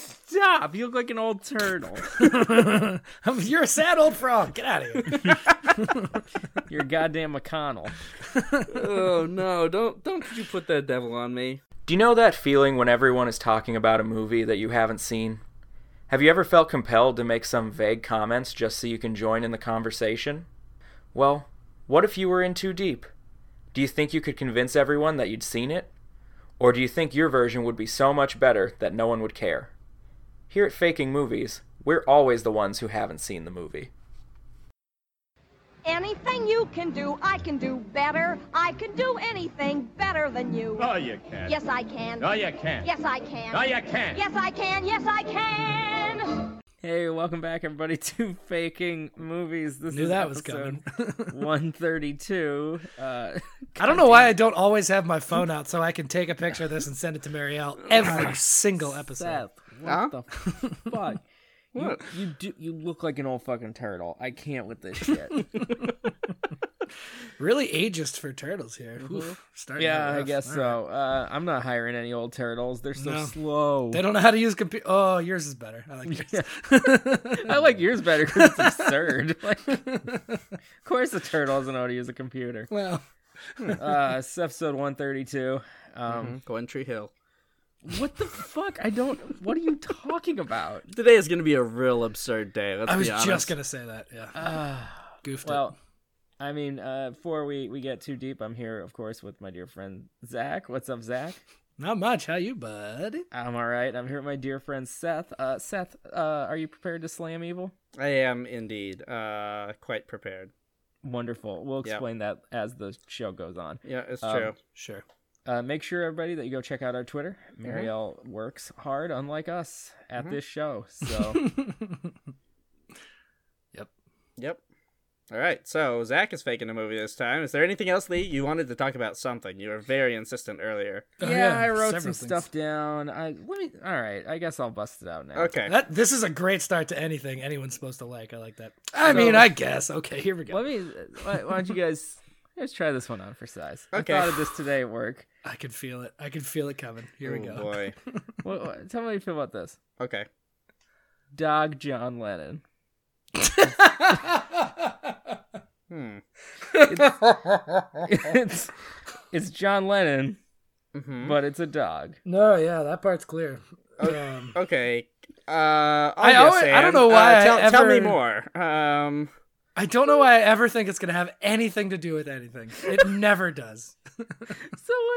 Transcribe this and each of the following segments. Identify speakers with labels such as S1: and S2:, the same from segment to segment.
S1: Stop! You look like an old turtle.
S2: You're a sad old frog. Get out of here.
S1: You're goddamn McConnell.
S3: oh no! Don't don't you put that devil on me.
S4: Do you know that feeling when everyone is talking about a movie that you haven't seen? Have you ever felt compelled to make some vague comments just so you can join in the conversation? Well, what if you were in too deep? Do you think you could convince everyone that you'd seen it? Or do you think your version would be so much better that no one would care? Here at Faking Movies, we're always the ones who haven't seen the movie.
S5: Anything you can do, I can do better. I can do anything better than you.
S6: No, you can't.
S5: Yes, I can.
S6: No, you can't.
S5: Yes, I can.
S6: No, you can't.
S5: Yes, I can. Yes, I can.
S1: Hey, welcome back, everybody, to Faking Movies. This
S2: Knew
S1: is
S2: that was
S1: episode
S2: coming.
S1: 132. Uh,
S2: I don't know why I don't always have my phone out so I can take a picture of this and send it to Marielle every single episode.
S1: Seth, what
S3: Huh?
S1: the fuck?
S3: What?
S1: You, you do. You look like an old fucking turtle. I can't with this shit.
S2: Really ageist for turtles here. Oof, starting out
S1: yeah, I
S2: rough.
S1: guess
S2: All right.
S1: so. Uh, I'm not hiring any old turtles. They're so
S2: No.
S1: slow.
S2: They don't know how to use computer. Oh, yours is better. I like yours.
S1: I like yours better because it's absurd. Like, of course, the turtle doesn't know how to use a computer.
S2: well,
S1: Uh, it's episode 132. Um,
S3: Country Hill.
S1: What the fuck? I don't. What are you talking about?
S3: Today is gonna be a real absurd day. Let's
S2: I was
S3: be honest.
S2: just gonna say that. Yeah, goofed it.
S1: Uh, Well, I mean, uh, before we we get too deep, I'm here, of course, with my dear friend Zach. What's up, Zach?
S2: Not much. How you, buddy?
S1: I'm all right. I'm here with my dear friend Seth. Uh, Seth, uh, are you prepared to slam evil?
S3: I am indeed uh, quite prepared.
S1: Wonderful. We'll
S3: Yeah.
S1: explain that as the show goes on.
S3: Yeah, it's
S1: Um,
S3: true.
S2: Sure.
S1: Uh, make sure everybody that you go check out our Twitter. Marielle works hard, unlike us, at this show. So
S3: Yep. All right. So Zach is faking a movie this time. Is there anything else, Lee? You wanted to talk about something. You were very insistent earlier.
S2: Oh,
S1: yeah, I wrote some
S2: several things.
S1: stuff down. I let me. All right, I guess I'll bust it out now.
S3: Okay.
S2: That this is a great start to anything anyone's supposed to like. I like that. I mean, I guess. Okay, here we go.
S1: Let me. Why, why don't you guys? Let's try this one on for size.
S3: Okay.
S1: I thought of this today at work.
S2: I can feel it. I can feel it coming. Here we
S3: Oh,
S2: go.
S3: boy.
S1: What, what, tell me how you feel about this.
S3: Okay.
S1: Dog John Lennon.
S3: Hmm.
S1: it's it's John Lennon,
S3: hmm
S1: but it's a dog.
S2: no, yeah, that part's clear. Um,
S3: Okay. Uh, i
S2: always- I don't know why I
S3: tell, tell me
S2: ever-
S3: more. Um.
S2: I don't know why I ever think it's gonna have anything to do with anything. It never does.
S1: So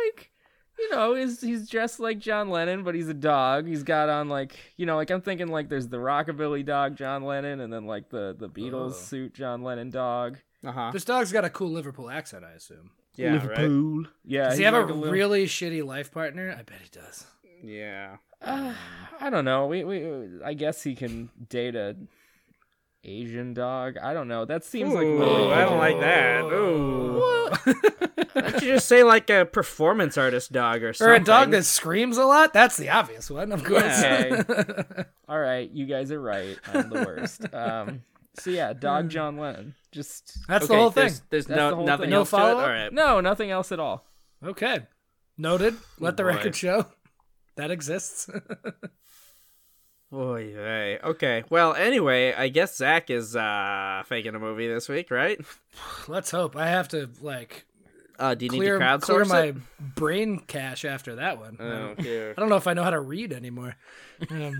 S1: like, you know, he's he's dressed like John Lennon, but he's a dog. He's got on like, you know, like I'm thinking like there's the rockabilly dog John Lennon, and then like the the Beatles
S2: Oh.
S1: suit John Lennon dog.
S3: Uh huh.
S2: This dog's got a cool Liverpool accent, I assume.
S3: Yeah. Right.
S1: Yeah.
S2: Does he
S1: he's
S2: have a,
S1: like little-
S2: really shitty life partner? I bet he does.
S3: Yeah.
S1: Uh, I don't know. We, we I guess he can date a Asian dog. I don't know. That seems like
S3: Ooh,
S1: really
S3: I don't like that. Ooh.
S2: Well-
S3: Why don't you just say like a performance artist dog or
S2: or
S3: something?
S2: a dog that screams a lot? That's the obvious one, of course.
S1: Okay. All right, you guys are right. I'm the worst. Um, so yeah,
S3: Hmm.
S1: dog John Lennon. Just
S2: That's
S3: Okay,
S2: the whole thing.
S3: there's, There's
S1: That's
S3: no
S1: the whole
S3: nothing
S1: thing.
S2: No
S3: else to it?
S2: follow-up?
S3: All right.
S1: no, nothing else at all.
S2: Okay. Noted. Let the
S3: Boy.
S2: record show. That exists.
S3: Oy vey. Okay. Well, anyway, I guess Zach is uh faking a movie this week, right?
S2: Let's hope. I have to like
S3: Uh, do you
S2: clear,
S3: need to crowdsource
S2: clear my
S3: it?
S2: brain cache after that one. I
S3: Oh,
S2: don't-
S3: dear.
S2: I don't know if I know how to read anymore. Um,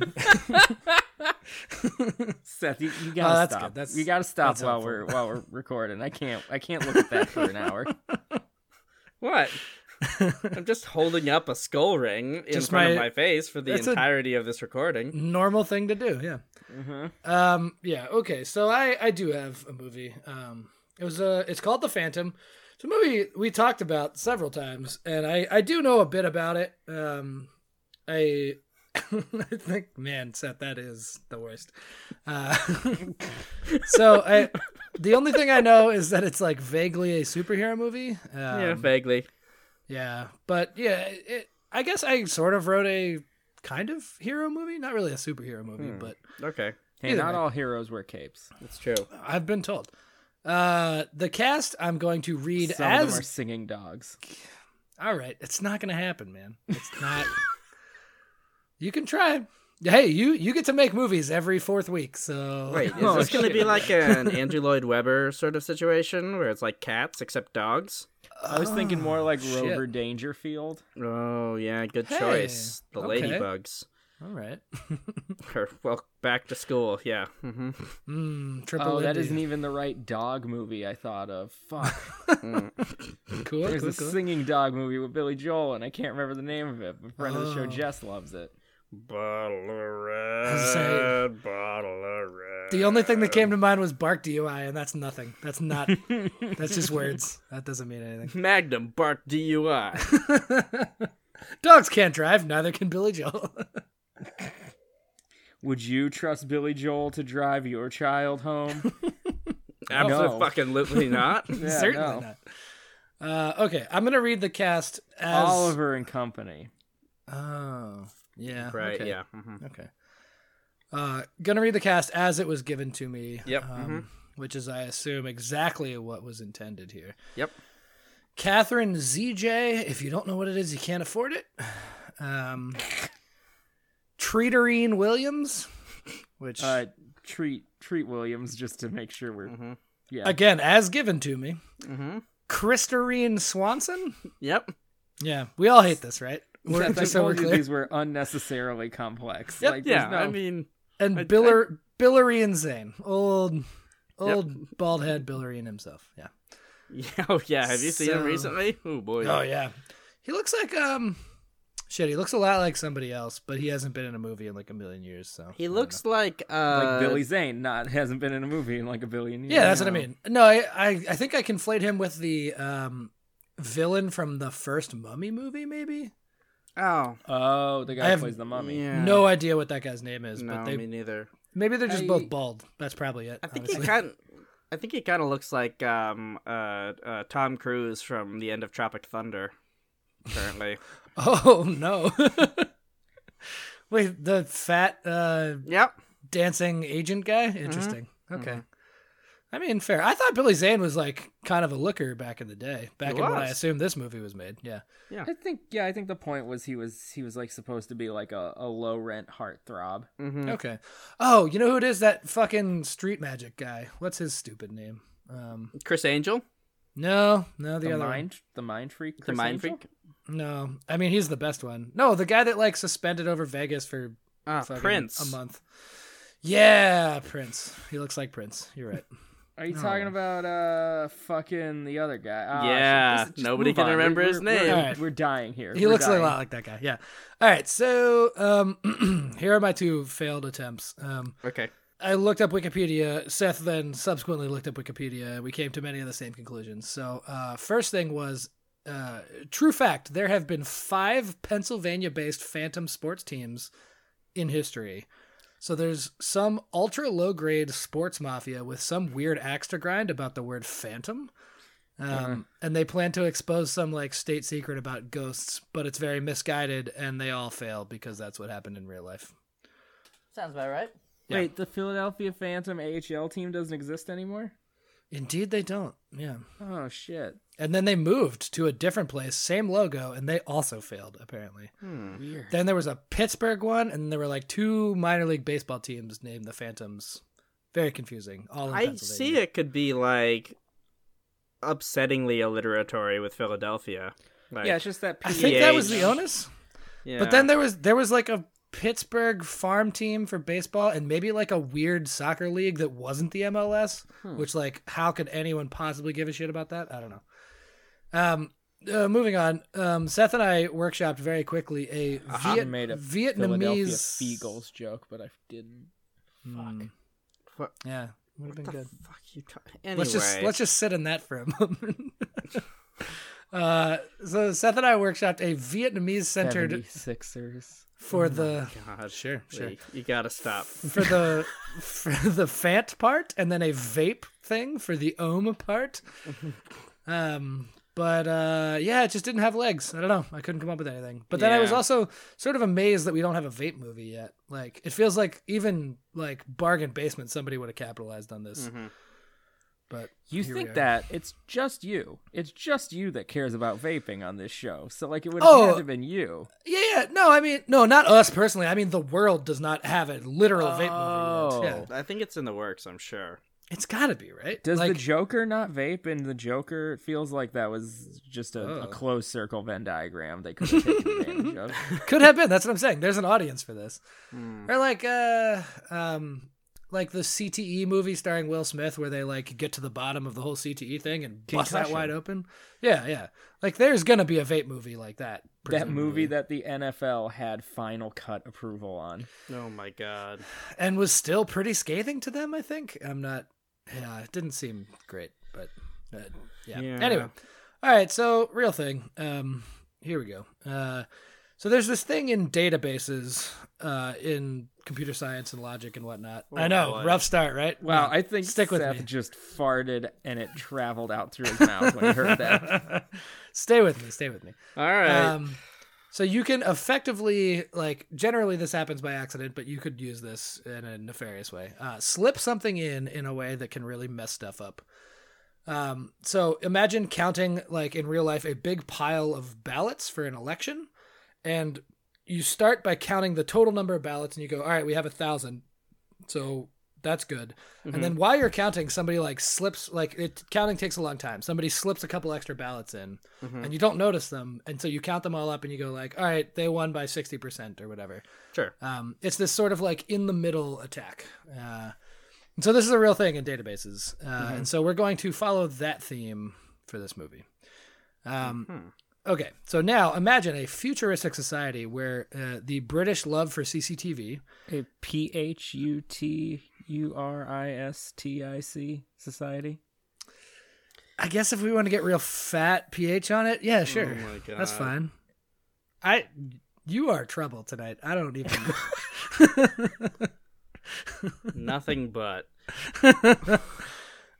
S1: Seth, you, you
S2: Oh,
S1: gotta
S2: that's
S1: stop.
S2: good. That's-
S1: you gotta stop
S2: that's
S1: while
S2: helpful.
S1: we're while we're recording. I can't I can't look at that for an hour.
S3: What? I'm just holding up a skull ring in
S2: Just
S3: front of
S2: my-
S3: my face for the
S2: That's a-
S3: entirety of this recording.
S2: normal thing to do. Yeah. Um. Yeah. Okay. So I I do have a movie. Um. It was a. It's called The Phantom. It's a movie we talked about several times, and I I do know a bit about it. Um. I. I think, man, Seth, that is the worst. Uh, so I, the only thing I know is that it's like vaguely a superhero movie. Um,
S3: yeah, vaguely.
S2: yeah, but yeah, it, I guess I sort of wrote a kind of hero movie, not really a superhero movie,
S1: Hmm.
S2: but
S3: Okay,
S1: Hey,
S2: Either
S1: not
S2: way.
S1: all heroes wear capes.
S3: that's true.
S2: I've been told. Uh, the cast I'm going to read
S1: Some of them are
S2: as
S1: singing dogs.
S2: all right. It's not going to happen, man. It's not. you can try. Hey, you you get to make movies every fourth week, so
S3: Wait, is
S1: Oh,
S3: this going to be
S1: shit.
S3: like an Andrew Lloyd Webber sort of situation where it's like cats except dogs?
S1: I was thinking more like
S2: Oh, shit.
S1: Rover Dangerfield.
S3: Oh yeah, good
S2: Hey,
S3: choice. The
S2: okay.
S3: ladybugs
S2: all right.
S3: are well back to school. Yeah. hmm
S2: Mm, triple.
S1: Oh, that
S2: Lindy.
S1: isn't even the right dog movie I thought of. Fuck.
S2: cool.
S1: There's
S2: cool,
S1: a
S2: cool.
S1: singing dog movie with Billy Joel, and I can't remember the name of it, but friend of the
S2: Oh.
S1: show Jess loves it.
S3: Bottle of
S2: was saying-
S3: red, bottle of red.
S2: The only thing that came to mind was bark DUI, and that's nothing. That's not. that's just words. That doesn't mean anything.
S3: Magnum bark DUI.
S2: Dogs can't drive. Neither can Billy Joel.
S1: Would you trust Billy Joel to drive your child home?
S3: Absolutely fucking literally not.
S1: Yeah,
S2: Certainly
S1: no.
S2: not. Uh, okay, I'm gonna read the cast as
S1: Oliver and Company.
S2: Oh, yeah.
S3: Right.
S2: okay.
S3: Yeah. hmm
S2: Okay. Uh, gonna read the cast as it was given to me.
S3: Yep,
S2: Um, Which is, I assume, exactly what was intended here.
S3: Yep.
S2: Catherine ZJ. If you don't know what it is, you can't afford it. Um, Treaterine Williams, which
S1: Uh, treat treat Williams just to make sure
S2: Mm-hmm.
S1: we're
S3: Mhm.
S1: yeah.
S2: again, as given to me.
S3: Mhm.
S2: Christerine Swanson.
S3: Yep.
S2: Yeah, we all hate this, right? We're-
S1: I
S2: just so we're
S1: told you
S2: clear.
S1: these were unnecessarily complex.
S3: Yep.
S1: Like, there's
S3: yeah.
S1: no-
S3: I mean,
S2: and
S3: I-
S2: Biller Billerian Zane, old old bald head Billerian himself. Yeah.
S3: yeah. Oh yeah. Have you seen
S2: So-
S3: him recently? Oh boy.
S2: Oh yeah. He looks like um shit. He looks a lot like somebody else, but he hasn't been in a movie in like a million years. So I
S3: He
S2: don't
S3: looks like uh.
S1: like Billy Zane, not hasn't been in a movie in like a billion years.
S2: know. Yeah, that's what I mean. No, I, I I think I conflate him with the um villain from the first Mummy movie. Maybe
S3: Oh.
S1: Oh, the guy
S2: I
S1: who
S2: have-
S1: plays the mummy.
S3: Yeah.
S2: no idea what that guy's name is,
S3: No,
S2: but they
S3: me neither.
S2: maybe they're just
S1: I-
S2: both bald. That's probably it.
S3: I think
S2: honestly.
S3: he kind. I think he kind of looks like um uh, uh Tom Cruise from the end of Tropic Thunder. Currently,
S2: Oh no. Wait, the fat uh
S3: yep.
S2: dancing agent guy.
S3: Mm-hmm.
S2: Interesting. Okay. I mean, fair. I thought Billy Zane was like kind of a looker back in the day. Back
S3: He
S2: in when I
S3: was.
S2: assumed this movie was made. Yeah.
S1: I think yeah, I think the point was he was he was like supposed to be like a, a low rent heartthrob.
S3: Mm-hmm.
S2: Okay. Oh, you know who it is? That fucking street magic guy. What's his stupid name? Um.
S3: Chris Angel,
S2: No, no, the,
S1: The,
S2: other
S1: mind the mind freak.
S3: the
S1: Chris
S3: Mind
S1: Angel?
S3: Freak.
S2: one. No, I mean he's the best one. No, the guy that like suspended over Vegas for
S3: Ah,
S2: fucking
S3: Prince.
S2: a month. Yeah, Prince. He looks like Prince. You're right.
S1: Are you talking about uh fucking the other guy? Ah, shit,
S3: Yeah,
S1: this- just
S3: nobody
S1: move
S3: can
S1: on.
S3: remember
S1: We're-
S3: his
S1: we're-
S3: name.
S1: We're,
S2: Alright.
S1: we're dying here.
S2: He
S1: We're
S2: looks
S1: dying.
S2: a lot like that guy. Yeah. All right. So um, here are my two failed attempts. Um,
S3: Okay.
S2: I looked up Wikipedia. Seth then subsequently looked up Wikipedia. and We came to many of the same conclusions. So uh, first thing was. Uh, true fact: There have been five Pennsylvania-based phantom sports teams in history. So there's some ultra low-grade sports mafia with some weird axe to grind about the word phantom, um, and they plan to expose some like state secret about ghosts, but it's very misguided, and they all fail because that's what happened in real life.
S3: Sounds about right.
S1: Wait, the Philadelphia Phantom AHL team doesn't exist anymore?
S2: Indeed, they don't. Yeah.
S1: Oh shit.
S2: And then they moved to a different place, same logo, and they also failed, apparently.
S1: Weird.
S2: Then there was a Pittsburgh one, and there were like two minor league baseball teams named the Phantoms. Very confusing. All in
S3: I see
S2: Pennsylvania.
S3: it could be like upsettingly alliteratory with Philadelphia. Like,
S1: Yeah, it's just that
S2: I think that was the
S3: PH.
S2: onus.
S3: yeah.
S2: But then there was there was like a Pittsburgh farm team for baseball and maybe like a weird soccer league that wasn't the MLS, which like how could anyone possibly give a shit about that? I don't know. Um uh, moving on, um, Seth and I workshopped very quickly a
S1: I
S2: Viet-
S1: made a Philadelphia
S2: Vietnamese
S1: Beagles joke, but I didn't.
S2: Mm,
S3: What,
S2: yeah, would have
S3: what
S2: been
S3: the
S2: good.
S3: fuck you talking? Anyway,
S2: Let's just let's just sit in that for a moment. uh, so Seth and I workshopped a Vietnamese centered
S1: Sixers.
S2: for the
S3: God,
S2: Sure, sure.
S3: Lee, You gotta stop.
S2: for the for the fant part and then a vape thing for the ohm part um but uh yeah it just didn't have legs i don't know i couldn't come up with anything but then i was
S3: Yeah.
S2: also sort of amazed that we don't have a vape movie yet
S1: Mm-hmm.
S2: like it feels like even like bargain basement somebody would have capitalized on this But
S1: You
S2: here we
S1: think
S2: are.
S1: that it's just you. It's just you that cares about vaping on this show. So like it would
S2: Oh.
S1: have had to been you.
S2: Yeah, yeah, no, I mean, no, not us personally. I mean, the world does not have a literal vape movie. Yet. Yeah,
S3: I think it's in the works. I'm sure.
S2: it's got to be right.
S1: Oh. Does the
S2: Like,
S1: Joker not vape in the Joker? It feels like that was just a,
S2: Oh.
S1: a closed circle Venn diagram they could have taken advantage of.
S2: could have been. That's what I'm saying. There's an audience for this. Or like, uh, um, like the CTE movie starring Will Smith, where they like get to the bottom of the whole CTE thing and bust that
S1: Concussion.
S2: wide open. Yeah, yeah. Like, there's gonna be a vape movie like that.
S1: That movie
S2: presumably.
S1: that the NFL had final cut approval on.
S3: Oh my god.
S2: and was still pretty scathing to them. I think I'm not. Yeah, it didn't seem great, but uh, yeah.
S3: Yeah.
S2: Anyway, all right. So real thing. Um, here we go. Uh, so there's this thing in databases, uh, in computer science and logic and whatnot. I know,
S3: boy.
S2: rough start, right?
S1: Wow,
S2: Yeah.
S1: I think
S2: stick with
S1: Seth
S2: me.
S1: just farted and it traveled out through his mouth when he heard that.
S2: stay with me. Stay with me.
S3: All right.
S2: Um, so you can effectively, like, generally this happens by accident, but you could use this in a nefarious way. Uh, slip something in in a way that can really mess stuff up. Um, so imagine counting, like, in real life, a big pile of ballots for an election, and you start by counting the total number of ballots, and you go, all right, we have a thousand. So that's good.
S3: Mm-hmm.
S2: And then while you're counting, somebody like slips like it counting takes a long time. Somebody slips a couple extra ballots in
S3: Mm-hmm.
S2: and you don't notice them. And so you count them all up and you go like, all right, they won by 60% or whatever.
S3: sure.
S2: Um, it's this sort of like in the middle attack. Uh, and so this is a real thing in databases. Uh,
S3: Mm-hmm.
S2: And so we're going to follow that theme for this movie. Um,
S3: Mm-hmm.
S2: Okay, so now imagine a futuristic society where uh, the British love for CCTV.
S1: A P H U T U R I S T I C society.
S2: I guess if we want to get real fat pH on it, yeah, sure.
S3: Oh my God.
S2: That's fine. I you are trouble tonight. I don't even
S3: Nothing but.
S2: Uh,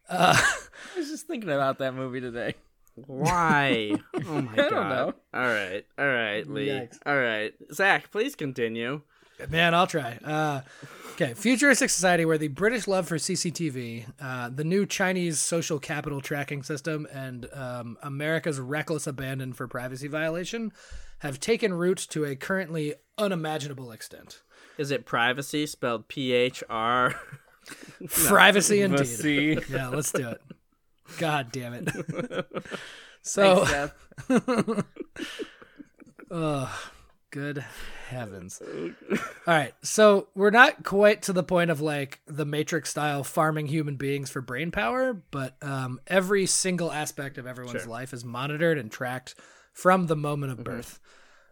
S1: I was just thinking about that movie today.
S3: Why? oh my god.
S1: don't know.
S3: All right. All right, Lee.
S2: Yikes.
S3: All right. Zach, please continue.
S2: Man, I'll try. Uh, okay, futuristic society where the British love for CCTV, uh, the new Chinese social capital tracking system, and um, America's reckless abandon for privacy violation have taken root to a currently unimaginable extent.
S3: Is it privacy spelled P H R?
S2: Privacy, indeed.
S1: See?
S2: Yeah, let's do it. God damn it. so,
S3: Oh.
S1: Seth.
S2: good heavens. All right, so we're not quite to the point of like the Matrix style farming human beings for brain power, but um, every single aspect of everyone's life is monitored and tracked from the moment of birth.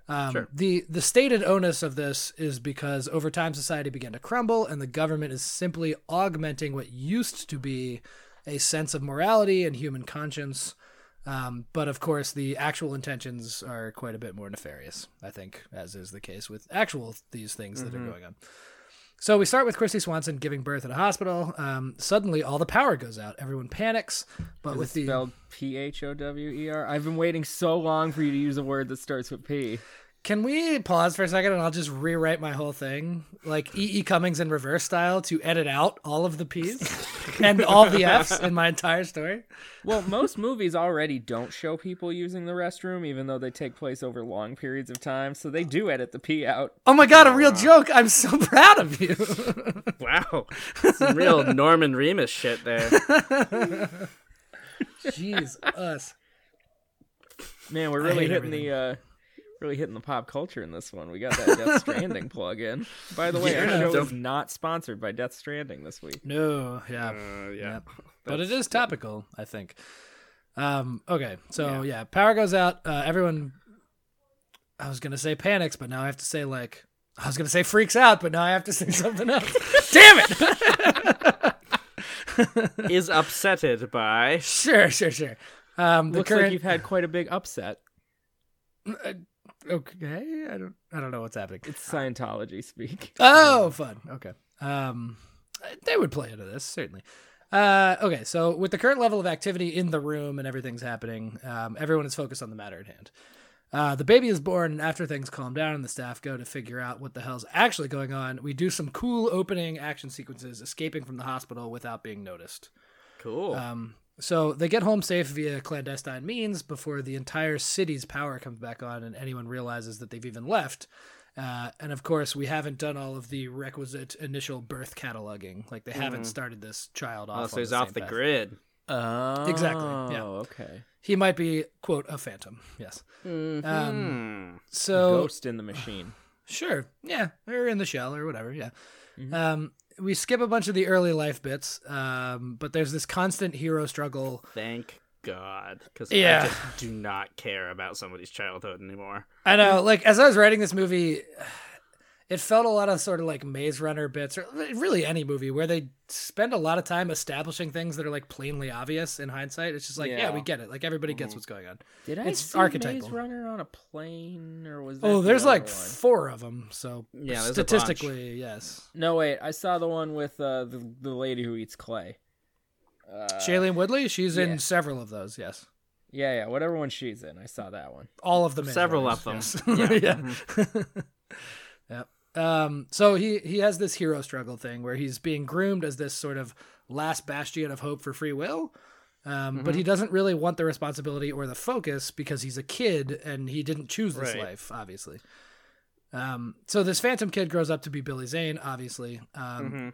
S2: Um, The the stated onus of this is because over time society began to crumble, and the government is simply augmenting what used to be a sense of morality and human conscience. Um, but of course, the actual intentions are quite a bit more nefarious, I think, as is the case with actual these things that are going on. So we start with Christy Swanson giving birth at a hospital. Um, suddenly, all the power goes out. Everyone panics. But with the
S1: Spelled P H O W E R. I've been waiting so long for you to use a word that starts with P.
S2: Can we pause for a second and I'll just rewrite my whole thing, like E. E. Cummings in reverse style, to edit out all of the P's and all the F's in my entire story?
S1: Well, most movies already don't show people using the restroom, even though they take place over long periods of time. So they do edit the P out.
S2: Oh my god, a real joke! I'm so proud of you.
S3: Wow. Some real Norman Remus shit there.
S2: Jeez, us.
S1: Man, we're really
S2: hate
S1: hitting the uh, really hitting the pop culture in this one. We got that Death Stranding plug in. By the way,
S3: Yeah.
S1: our show
S3: Don't-
S1: is not sponsored by Death Stranding this week.
S2: No, yeah. Yeah.
S3: Uh, yeah.
S2: But it is topical, I think. Um, okay, so yeah. power goes out. Uh, everyone, I was gonna say panics, but now I have to say like I was gonna say freaks out, but now I have to say something else. Damn it!
S3: Is upsetted by.
S2: sure, sure, sure. Um, the
S1: Looks
S2: current
S1: like you've had quite a big upset.
S2: okay, I don't, I don't know what's happening.
S1: It's Scientology speak.
S2: Oh, fun. Okay. Um, they would play into this certainly. Uh, okay, so with the current level of activity in the room and everything's happening, um, everyone is focused on the matter at hand. Uh, the baby is born, and after things calm down and the staff go to figure out what the hell's actually going on, we do some cool opening action sequences, escaping from the hospital without being noticed.
S3: Cool.
S2: Um, so they get home safe via clandestine means before the entire city's power comes back on and anyone realizes that they've even left. Uh, and of course, we haven't done all of the requisite initial birth cataloging. Like they haven't started this child off.
S3: Mm-hmm. oh,
S2: on
S3: so he's
S2: the
S3: off
S2: same
S3: the
S2: path.
S3: grid.
S4: Oh,
S2: Exactly, yeah.
S4: Okay.
S2: He might be quote a phantom. Yes. Um,
S3: Hmm.
S2: so
S4: Ghost in the machine.
S2: Sure. Yeah. Or in the shell or whatever. Yeah.
S3: Mm-hmm.
S2: Um, we skip a bunch of the early life bits, um, but there's this constant hero struggle.
S3: Thank God, because
S2: Yeah.
S3: I just do not care about somebody's childhood anymore.
S2: I know.
S3: Mm-hmm.
S2: Like, as I was writing this movie, it felt a lot of sort of like Maze Runner bits, or really any movie where they spend a lot of time establishing things that are like plainly obvious in hindsight. It's just like, yeah,
S3: Yeah. Mm-hmm.
S2: we get it. Like, everybody gets what's going on.
S1: Did I
S2: It's
S1: see
S2: archetypal.
S1: Maze Runner on a plane or was that
S2: Oh,
S1: the
S2: there's
S1: other
S2: like
S1: one?
S2: four of them. So,
S3: Yeah, there's a bunch.
S2: statistically, yes.
S1: No wait, I saw the one with uh, the the lady who eats clay. Uh,
S2: Shailene Woodley, she's
S1: yeah.
S2: in several of those. Yes.
S1: Yeah, yeah, whatever one she's in. I saw that one.
S2: all of them.
S3: Several
S2: Runners,
S3: of them. Mm-hmm.
S2: Yes. Yeah. Yep. Um, so he he has this hero struggle thing where he's being groomed as this sort of last bastion of hope for free will. Um, But
S3: Mm-hmm.
S2: he doesn't really want the responsibility or the focus because he's a kid and he didn't choose this
S3: Right.
S2: life, obviously. Um, so this phantom kid grows up to be Billy Zane, obviously. Um,
S3: Mm-hmm.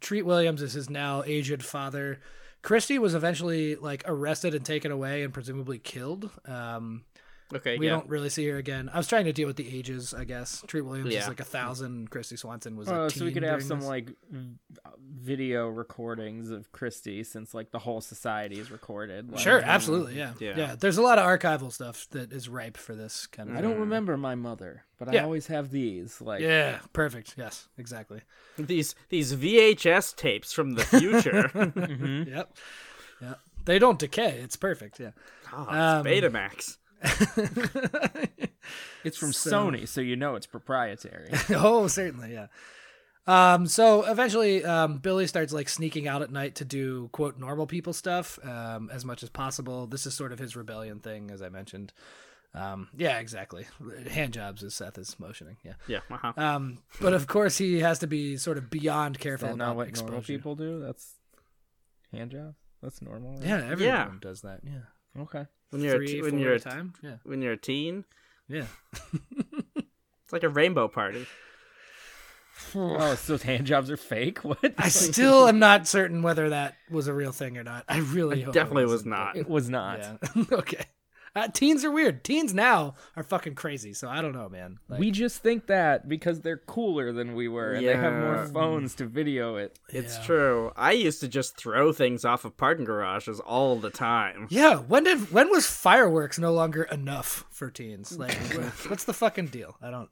S2: Treat Williams is his now aged father. Christie was eventually like arrested and taken away and presumably killed. Um,
S3: Okay,
S2: we
S3: yeah.
S2: don't really see her again. I was trying to deal with the ages, I guess. Treat Williams is
S3: Yeah.
S2: like a thousand. Christy Swanson was.
S1: Oh,
S2: a
S1: so we could
S2: teen
S1: have
S2: during
S1: some
S2: this.
S1: like v- uh, video recordings of Christie since like the whole society is recorded. Like,
S2: Sure, absolutely, yeah. yeah,
S3: Yeah.
S2: There's a lot of archival stuff that is ripe for this kind of.
S1: Mm. I don't remember my mother, but
S2: Yeah.
S1: I always have these. Like,
S2: Yeah, perfect. Yes, exactly.
S3: These these VHS tapes from the future.
S2: Yep, yeah. They don't decay. It's perfect. Yeah.
S3: oh, it's
S2: Um,
S3: Betamax.
S1: it's from
S2: So-
S1: Sony, so you know it's proprietary.
S2: oh, certainly, yeah. Um, so eventually, um, Billy starts like sneaking out at night to do quote normal people stuff um, as much as possible. This is sort of his rebellion thing, as I mentioned. Um, yeah, exactly. Hand jobs, as Seth is motioning. Yeah.
S3: Yeah. Uh-huh.
S2: Um, but of course, he has to be sort of beyond careful
S1: that
S2: about
S1: not what normal
S2: exposure.
S1: people do? That's hand job. That's normal. right?
S2: Yeah, everyone
S3: Yeah.
S2: does that. Yeah.
S1: Okay.
S3: when you're a
S2: Three,
S3: t- when
S2: four
S3: you're
S2: at
S3: a
S2: a time. Yeah.
S3: when you're a teen,
S2: Yeah.
S3: it's like a rainbow party.
S1: Oh, so hand jobs are fake? What?
S2: I still am not certain whether that was a real thing or not. I really hope it
S3: Definitely was
S2: wasn't, but-
S3: not.
S1: it was not.
S2: Yeah. okay. Uh, teens are weird. Teens now are fucking crazy. So I don't know, man. Like,
S1: we just think that because they're cooler than we were and they have more
S3: Yeah.
S1: phones to video it.
S3: It's
S2: Yeah.
S3: true. I used to just throw things off of parking garages all the time.
S2: yeah. When did when was fireworks no longer enough for teens? Like, wh- what's the fucking deal? I don't.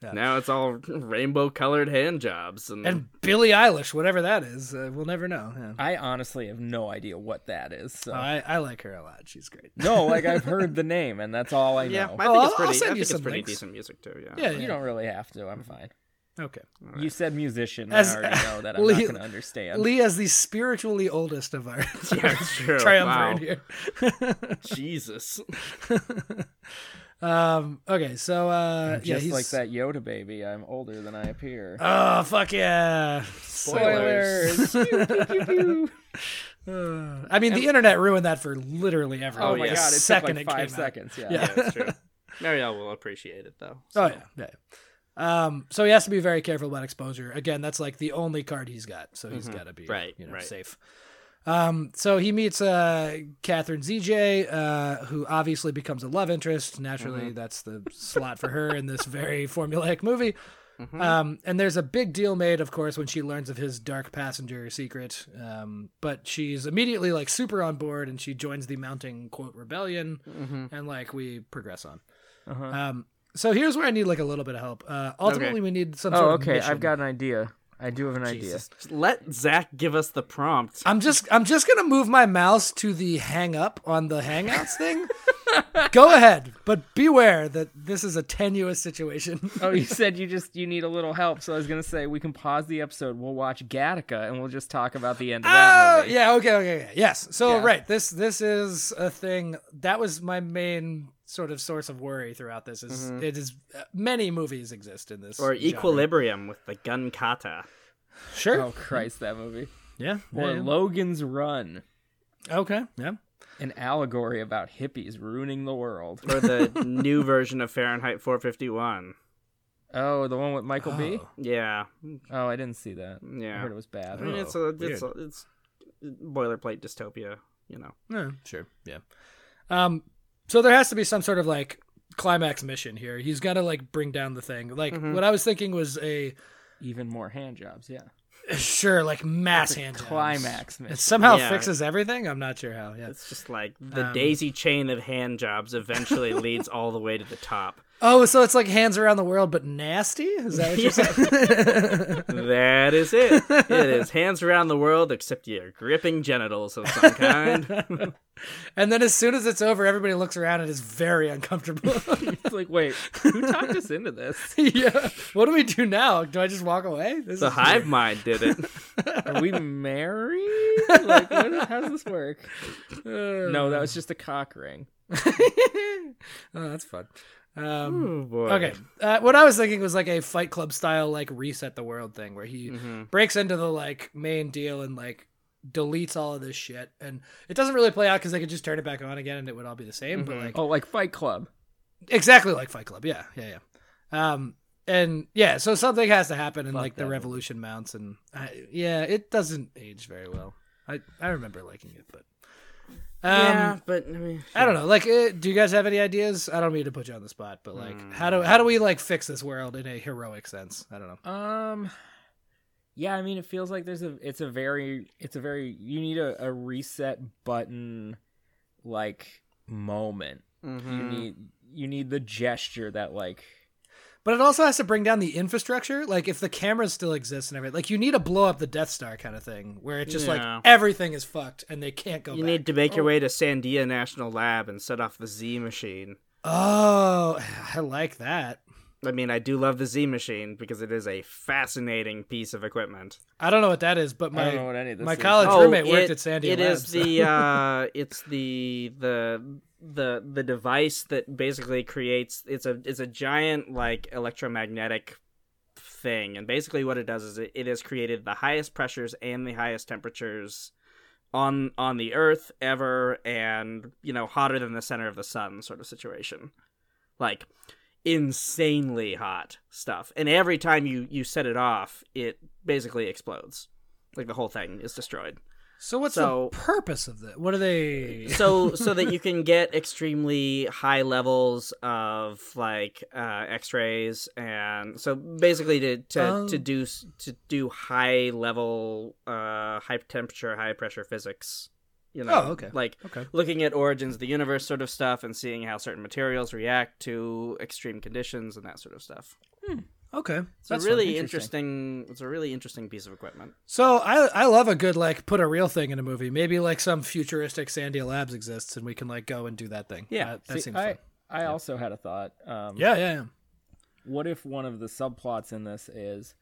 S3: Now it's all rainbow colored hand jobs and,
S2: And Billie Eilish, whatever that is, uh, we'll never know. Yeah.
S1: I honestly have no idea what that is. So.
S2: I, I like her a lot. She's great.
S1: no, like I've heard the name and that's all I know.
S3: yeah, I think
S2: Oh, I'll-
S3: it's
S2: I'll
S3: pretty.
S2: send you
S3: I think it's
S2: some
S3: pretty
S2: links.
S3: decent music too. Yeah.
S2: Yeah.
S1: You don't really have to. I'm fine.
S2: Okay.
S1: You said musician.
S2: As-
S1: I already know that I'm
S2: Lee-
S1: not going to understand.
S2: Lee is the spiritually oldest of our
S3: Yeah, it's
S1: Oh,
S3: true.
S2: triumvirate
S3: Wow.
S2: here.
S3: Jesus.
S2: Um. Okay. So. Uh. yeah.
S1: Just
S2: he's
S1: like that Yoda baby. I'm older than I appear.
S2: Oh fuck yeah!
S1: Spoilers. Pew, pew, pew, pew.
S2: Uh, I mean, the internet ruined that for literally everyone.
S1: oh my
S2: the
S3: yeah.
S1: god! It took
S2: second
S1: like
S2: it
S1: five
S2: came out.
S1: seconds. Yeah.
S2: Yeah.
S3: Yeah, it's true. Marielle will appreciate it though.
S2: Oh yeah, yeah. Um, so he has to be very careful about exposure. Again, that's like the only card he's got, so
S1: Mm-hmm.
S2: he's got to be
S3: Right,
S2: you know,
S3: right.
S2: safe. Um, so he meets uh Catherine ZJ, uh, who obviously becomes a love interest. Naturally,
S1: Mm-hmm.
S2: that's the slot for her in this very formulaic movie.
S1: Mm-hmm.
S2: Um, and there's a big deal made, of course, when she learns of his dark passenger secret. Um, but she's immediately like super on board, and she joins the mounting quote rebellion,
S1: Mm-hmm.
S2: and like we progress on.
S1: Uh-huh.
S2: Um, so here's where I need like a little bit of help. Uh, ultimately, we need some.
S1: Oh,
S2: sort of
S1: okay. I've
S2: mission.
S1: got an idea. I do have an idea.
S3: Jesus. Just Let Zach give us the prompt.
S2: I'm just I'm just gonna move my mouse to the hang up on the Hangouts thing. Go ahead, but beware that this is a tenuous situation.
S1: Oh, you said you just you need a little help, so I was gonna say we can pause the episode. We'll watch Gattaca, and we'll just talk about the end of that
S2: Oh
S1: movie.
S2: yeah, okay, okay, okay. Yes. So
S1: Yeah.
S2: right, this this is a thing that was my main sort of source of worry throughout this. Is
S1: Mm-hmm.
S2: it is uh, many movies exist in this
S3: Or
S2: genre.
S3: Equilibrium with the gun kata.
S2: Sure.
S1: Oh Christ, that movie.
S2: Yeah.
S1: Or
S2: yeah.
S1: Logan's Run,
S2: okay. Yeah.
S1: an allegory about hippies ruining the world.
S3: or the new version of Fahrenheit 451.
S1: Oh, the one with Michael B.
S2: Oh.
S3: Yeah,
S1: Oh, I didn't see that. I
S3: yeah.
S1: heard it was
S3: I
S1: bad.
S3: mean, it's
S2: Oh,
S3: a, it's a, it's boilerplate dystopia, you know.
S2: Yeah, sure. Yeah. Um, so there has to be some sort of like climax mission here. He's got to like bring down the thing. Like
S1: Mm-hmm.
S2: what I was thinking was a
S1: Even more hand jobs. Yeah.
S2: sure like mass hand jobs.
S1: Climax.
S2: It
S1: Mitch.
S2: somehow
S3: Yeah.
S2: fixes everything. I'm not sure how. Yeah.
S3: It's just like the
S2: Um,
S3: daisy chain of hand jobs eventually leads all the way to the top.
S2: Oh, so it's like hands around the world, but nasty. Is that what you're saying?
S3: That is it. It is hands around the world, except you're gripping genitals of some kind.
S2: and then as soon as it's over, everybody looks around and is very uncomfortable.
S1: It's like, wait, who talked us into this?
S2: yeah. What do we do now? Do I just walk away? This
S3: The
S2: is
S3: hive mind did it.
S1: Are we married? Like, what, how does this work? No, that was just a cock ring.
S2: oh, that's fun. Um,
S3: Oh, boy.
S2: Okay. Uh, what I was thinking was like a Fight Club style, like reset the world thing, where he
S3: Mhm.
S2: breaks into the like main deal and like deletes all of this shit, and it doesn't really play out because they could just turn it back on again and it would all be the same. But
S3: Mhm.
S2: like
S1: Oh, like Fight Club.
S2: exactly like Fight Club, yeah, yeah, yeah. Um, and yeah, so something has to happen, and
S1: Fuck
S2: like the
S1: that.
S2: revolution mounts, and I, yeah, it doesn't age very well. I I remember liking it, but um,
S3: yeah, but I mean,
S2: I don't know. Like, uh, do you guys have any ideas? I don't mean to put you on the spot, but like,
S1: Hmm.
S2: how do how do we like fix this world in a heroic sense? I don't know.
S1: Um, yeah, I mean, it feels like there's a. It's a very. It's a very. You need a, a reset button, like moment. You
S3: mhm.
S1: need. You need the gesture that like.
S2: But it also has to bring down the infrastructure. Like, if the cameras still exist and everything, like you need to blow up the Death Star kind of thing, where it's just
S3: Yeah.
S2: like everything is fucked and they can't go.
S3: you
S2: back.
S3: need to make your way to Sandia National Lab and set off the Z machine.
S2: Oh, I like that.
S3: I mean, I do love the Z machine because it is a fascinating piece of equipment.
S2: I don't know what that is, but
S1: I don't know what
S2: my
S1: any of this
S2: my
S1: is.
S2: college roommate worked
S3: Oh, it-
S2: at Sandy.
S3: It
S2: Labs,
S3: is the uh, it's the the the the device that basically creates it's a it's a giant like electromagnetic thing, and basically what it does is it, it has created the highest pressures and the highest temperatures on on the Earth ever, and you know hotter than the center of the sun sort of situation, like insanely hot stuff and every time you you set it off it basically explodes like the whole thing is destroyed
S2: so what's
S3: so-
S2: the purpose of that? What are they?
S3: so so that you can get extremely high levels of like uh, X-rays, and so basically to to,
S2: Oh.
S3: to do s- to do high level, uh, high temperature, high pressure physics. You know,
S2: Oh, okay.
S3: Like
S2: Okay.
S3: looking at origins of the universe, sort of stuff, and seeing how certain materials react to extreme conditions and that sort of stuff.
S2: Okay.
S3: It's
S2: That's
S3: a
S2: fun.
S3: really interesting. It's a really interesting piece of equipment.
S2: So I I love a good like put a real thing in a movie. Maybe like some futuristic Sandia Labs exists and we can like go and do that thing.
S3: Yeah.
S2: That, that
S1: See,
S2: seems
S1: I,
S2: fun.
S1: I also had a thought. Um,
S2: Yeah, yeah, yeah.
S1: What if one of the subplots in this is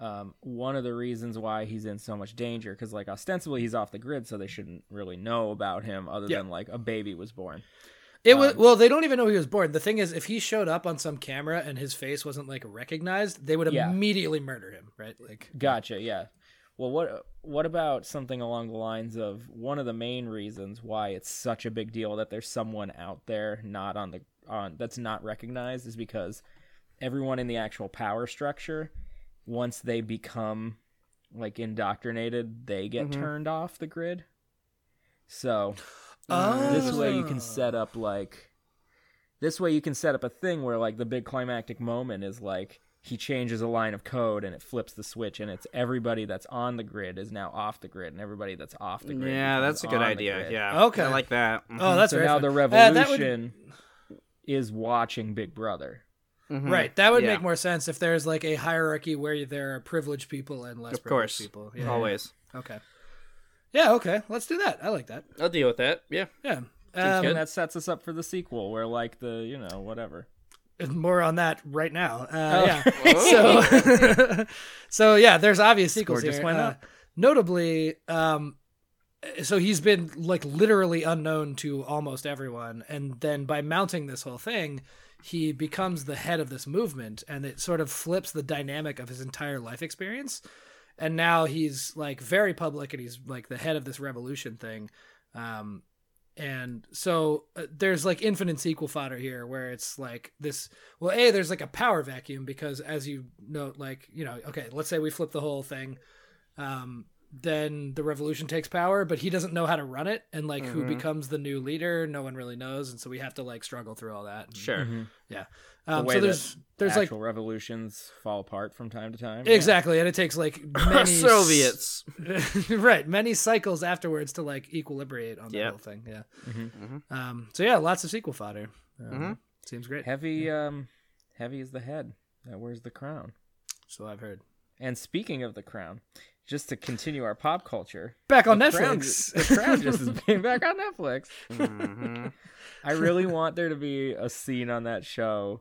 S1: um, one of the reasons why he's in so much danger? Because, like, ostensibly he's off the grid, so they shouldn't really know about him other
S2: Yeah.
S1: than, like, a baby was born.
S2: It
S1: Um,
S2: was well. They don't even know he was born. The thing is, if he showed up on some camera and his face wasn't like recognized, they would
S1: Yeah.
S2: immediately murder him, right? Like,
S1: Gotcha. Yeah. Well, what what about something along the lines of one of the main reasons why it's such a big deal that there's someone out there not on the on that's not recognized is because everyone in the actual power structure once they become like indoctrinated, they get
S3: Mhm.
S1: turned off the grid. So,
S2: oh.
S1: this way you can set up like this way you can set up a thing where like the big climactic moment is like he changes a line of code and it flips the switch and it's everybody that's on the grid is now off the grid and everybody that's off the grid
S3: Yeah,
S1: becomes
S3: that's a good
S1: on the
S3: idea.
S1: grid.
S3: Yeah.
S2: Okay.
S3: I like that.
S2: Oh, that's
S1: so
S2: very
S1: now
S2: fun.
S1: the
S2: Uh, that would-
S1: revolution is watching big brother
S3: Mhm.
S2: right. That would
S3: Yeah.
S2: make more sense if there's like a hierarchy where there are privileged people and less
S3: Of
S2: privileged
S3: course.
S2: people. Yeah.
S3: Always.
S2: Okay. Yeah. Okay. Let's do that. I like that.
S3: I'll deal with that. Yeah.
S2: Yeah.
S1: and
S2: Um,
S1: that sets us up for the sequel where like the you know whatever
S2: more on that right now. Uh,
S1: Oh.
S2: Yeah. so, so yeah, there's obvious sequels
S1: Score just
S2: here.
S1: went
S2: Uh,
S1: up.
S2: notably, um, so he's been like literally unknown to almost everyone, and then by mounting this whole thing, he becomes the head of this movement, and it sort of flips the dynamic of his entire life experience. and now he's like very public and he's like the head of this revolution thing um and so uh, there's like infinite sequel fodder here where it's like this well a there's like a power vacuum because as you note like you know okay let's say we flip the whole thing um then the revolution takes power but he doesn't know how to run it and like who
S1: Mm-hmm.
S2: becomes the new leader no one really knows and so we have to like struggle through all that And,
S3: Sure.
S2: yeah
S1: The
S2: um,
S1: way
S2: so there's
S1: that
S2: there's like
S1: actual revolutions fall apart from time to time.
S2: exactly and it takes like many
S3: Soviets.
S2: right many cycles afterwards to like equilibrate on the
S3: Yep.
S2: whole thing yeah um so yeah lots of sequel fodder um, seems great
S1: Heavy, um, heavy is the head that wears the crown.
S2: so i've heard
S1: And speaking of the crown, just to continue our pop culture,
S2: back on
S1: the Crown-
S2: netflix
S1: the crown just is being back on Netflix. I really want there to be a scene on that show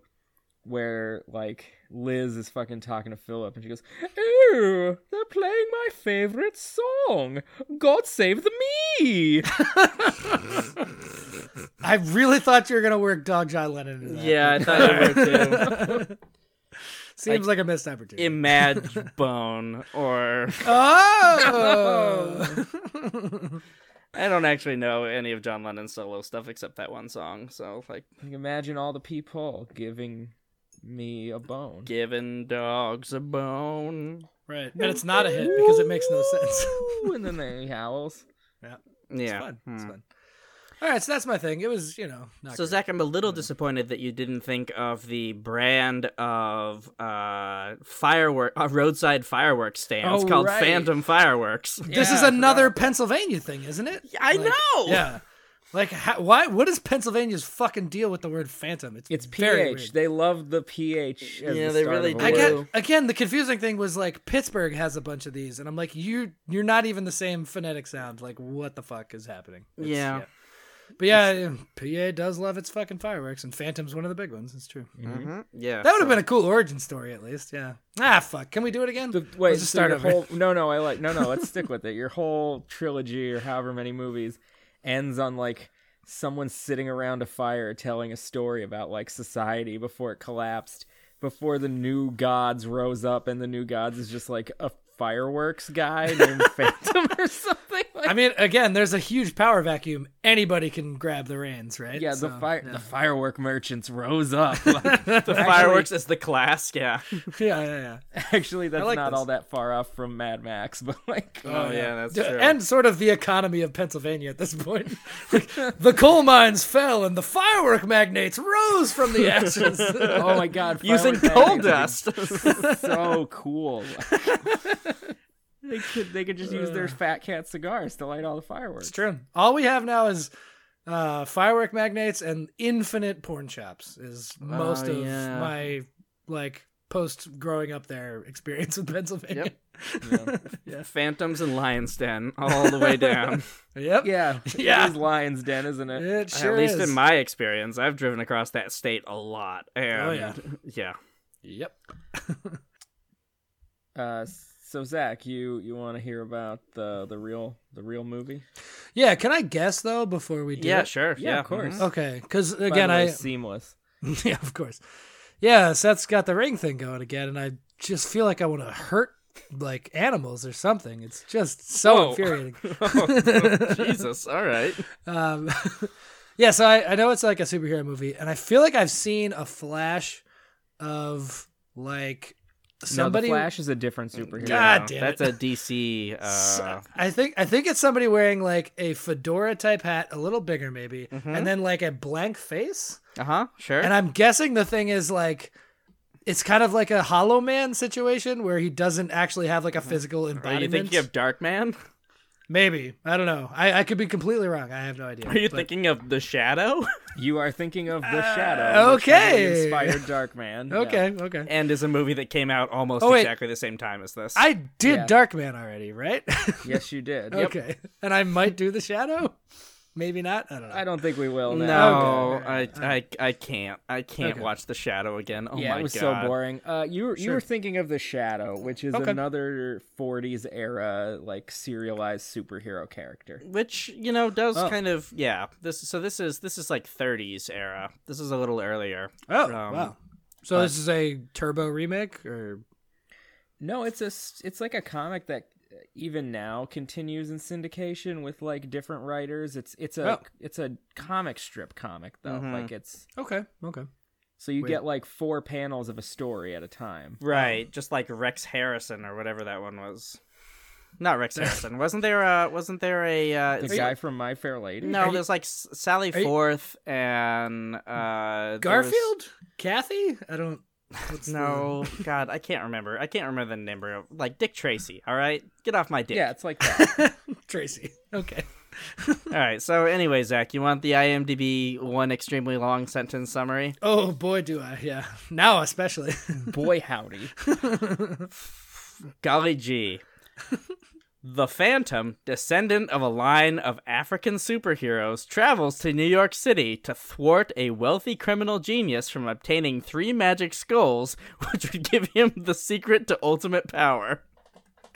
S1: where like Liz is fucking talking to Philip and she goes, Ew, they're playing my favorite song. God save the me.
S2: i really thought you were gonna work dog john lennon into that.
S3: Yeah, I thought you were too.
S2: seems like a missed opportunity
S3: Imagine bone or
S2: oh
S3: I don't actually know any of John Lennon's solo stuff except that one song. So like
S1: Like, imagine all the people giving me a bone.
S3: giving dogs a bone.
S2: right and it's not a hit because it makes no sense
S1: Ooh, and then they howls.
S2: yeah it's
S3: Yeah.
S2: fun it's fun all right so that's my thing it was you know not
S3: So
S2: great.
S3: Zach, I'm a little disappointed that you didn't think of the brand of uh, firework, uh, roadside fireworks stand. it's
S1: Oh,
S3: called
S1: right.
S3: Phantom Fireworks.
S2: this is
S1: Yeah, I
S2: another Pennsylvania thing, isn't it?
S3: I
S2: Like,
S3: know!
S2: Yeah. Like, how, why? What is Pennsylvania's fucking deal with the word phantom? It's
S1: It's
S2: very
S1: pH.
S2: weird.
S1: They love the pH. as
S3: Yeah,
S1: the
S3: they
S1: start
S3: really
S1: of a
S3: do.
S2: I
S1: word.
S2: got again. The confusing thing was like Pittsburgh has a bunch of these, and I'm like, you you're not even the same phonetic sound. Like, what the fuck is happening? It's-
S3: Yeah.
S2: But yeah, PA does love its fucking fireworks, and Phantom's one of the big ones. It's true.
S3: Yeah,
S2: That would
S3: so-
S2: have been a cool origin story, at least. Yeah. Ah, fuck. Can we do it again?
S1: The, wait,
S2: Let's just
S1: so your
S2: over.
S1: whole no, no, I like no, no. Let's stick with it. Your whole trilogy or however many movies ends on like someone sitting around a fire telling a story about like society before it collapsed, before the new gods rose up, and the new gods is just like a fireworks guy named Phantom or something. Like,
S2: I mean, again, there's a huge power vacuum. Anybody can grab the reins, right?
S1: yeah, the
S2: So,
S1: fire
S2: yeah.
S1: the firework merchants rose up. Like,
S3: the fireworks is the class. Yeah.
S2: yeah, yeah, yeah.
S1: actually, that's
S2: like
S1: not
S2: this.
S1: all that far off from Mad Max, but like.
S3: Oh yeah, that's
S2: D-
S3: true.
S2: And sort of the economy of Pennsylvania at this point. the coal mines fell and the firework magnates rose from the ashes.
S1: Oh my God!
S3: using
S1: fireworks
S3: coal
S1: magazines.
S3: dust.
S1: so cool. they could they could just use their fat cat cigars to light all the fireworks.
S2: it's true. All we have now is uh, firework magnates and infinite porn shops is most of
S3: Oh, yeah.
S2: my like post growing up there experience with Pennsylvania.
S3: Phantoms and Lion's Den all the way down.
S2: Yep.
S1: Yeah,
S2: Yeah.
S1: it is Lion's Den, isn't it?
S2: It sure
S3: At least
S2: is.
S3: in my experience, I've driven across that state a lot. And
S2: Oh, yeah.
S3: yeah.
S2: Yep.
S1: Uh, so Zach, you you want to hear about the the real the real movie?
S2: Yeah, can I guess though before we do
S3: Yeah,
S2: it?
S3: sure.
S1: Yeah, of course.
S3: mhm.
S2: Okay, cuz
S1: By
S2: again
S1: the way,
S2: I
S1: seamless.
S2: Yeah, of course. Yeah, Seth's got the ring thing going again, and I just feel like I want to hurt like animals or something. It's just so
S3: Whoa.
S2: infuriating.
S3: Oh, Jesus. All right.
S2: Um, yeah, so I, I know it's like a superhero movie, and I feel like I've seen a flash of like somebody.
S1: no, the Flash is a different superhero.
S2: God damn
S3: That's
S2: it.
S3: a DC. Uh,
S2: I think I think it's somebody wearing like a fedora type hat, a little bigger maybe,
S1: Mm-hmm.
S2: and then like a blank face.
S3: huh. uh-huh, Sure.
S2: And I'm guessing the thing is like it's kind of like a Hollow Man situation where he doesn't actually have like a physical
S3: Are
S2: embodiment.
S3: Mm-hmm. you thinking of Dark Man?
S2: Maybe I don't know. I, I could be completely wrong. I have no idea.
S3: Are you
S2: But-
S3: thinking of the Shadow?
S1: You are thinking of the Shadow. which
S2: Uh, okay.
S1: heavily inspired Dark Man.
S2: Okay, okay.
S3: and is a movie that came out almost
S2: Oh, wait.
S3: exactly the same time as this.
S2: I did
S1: Yeah.
S2: Dark Man already, right?
S1: Yes, you did.
S2: Okay, and I might do the Shadow. Maybe not. I don't know.
S1: I don't think we will. Now.
S3: no, I, I I can't. I can't
S2: Uh, Okay.
S3: watch The Shadow again. Oh
S1: Yeah,
S3: my
S1: it was
S3: god.
S1: so boring. Uh, you were, you were thinking of the Shadow, which is
S2: Okay.
S1: another '40s era like serialized superhero character.
S3: Which you know does kind of yeah. This so this is this is like 30s era. This is a little earlier.
S2: oh
S3: Um,
S2: wow. So this is a Turbo remake, or
S1: No, it's a s- it's like a comic that uh, even now continues in syndication with like different writers. It's it's a
S2: Oh. Mm-hmm.
S1: it's a comic strip comic though. Like it's
S2: Okay. Okay.
S1: so you get like four panels of a story at a time.
S3: Right, Um, just like Rex Harrison or whatever that one was. Not Rex Harrison. wasn't there a wasn't there a uh,
S1: The
S3: it's-
S1: guy from My Fair Lady.
S3: No, there's like S- Sally
S2: you-
S3: Forth and uh there was-
S2: Garfield? Kathy? I don't. what's the-
S3: No, God, I can't remember. I can't remember the number. Of, like Dick Tracy. All right, get off my dick.
S1: Yeah, it's like that.
S2: Tracy. Okay.
S3: All right. So anyway, Zach, you want the IMDb one extremely long sentence summary?
S2: Oh boy, do I. Yeah. Now especially.
S1: Boy howdy.
S3: Golly gee. the Phantom, descendant of a line of African superheroes, travels to New York City to thwart a wealthy criminal genius from obtaining three magic skulls, which would give him the secret to ultimate power.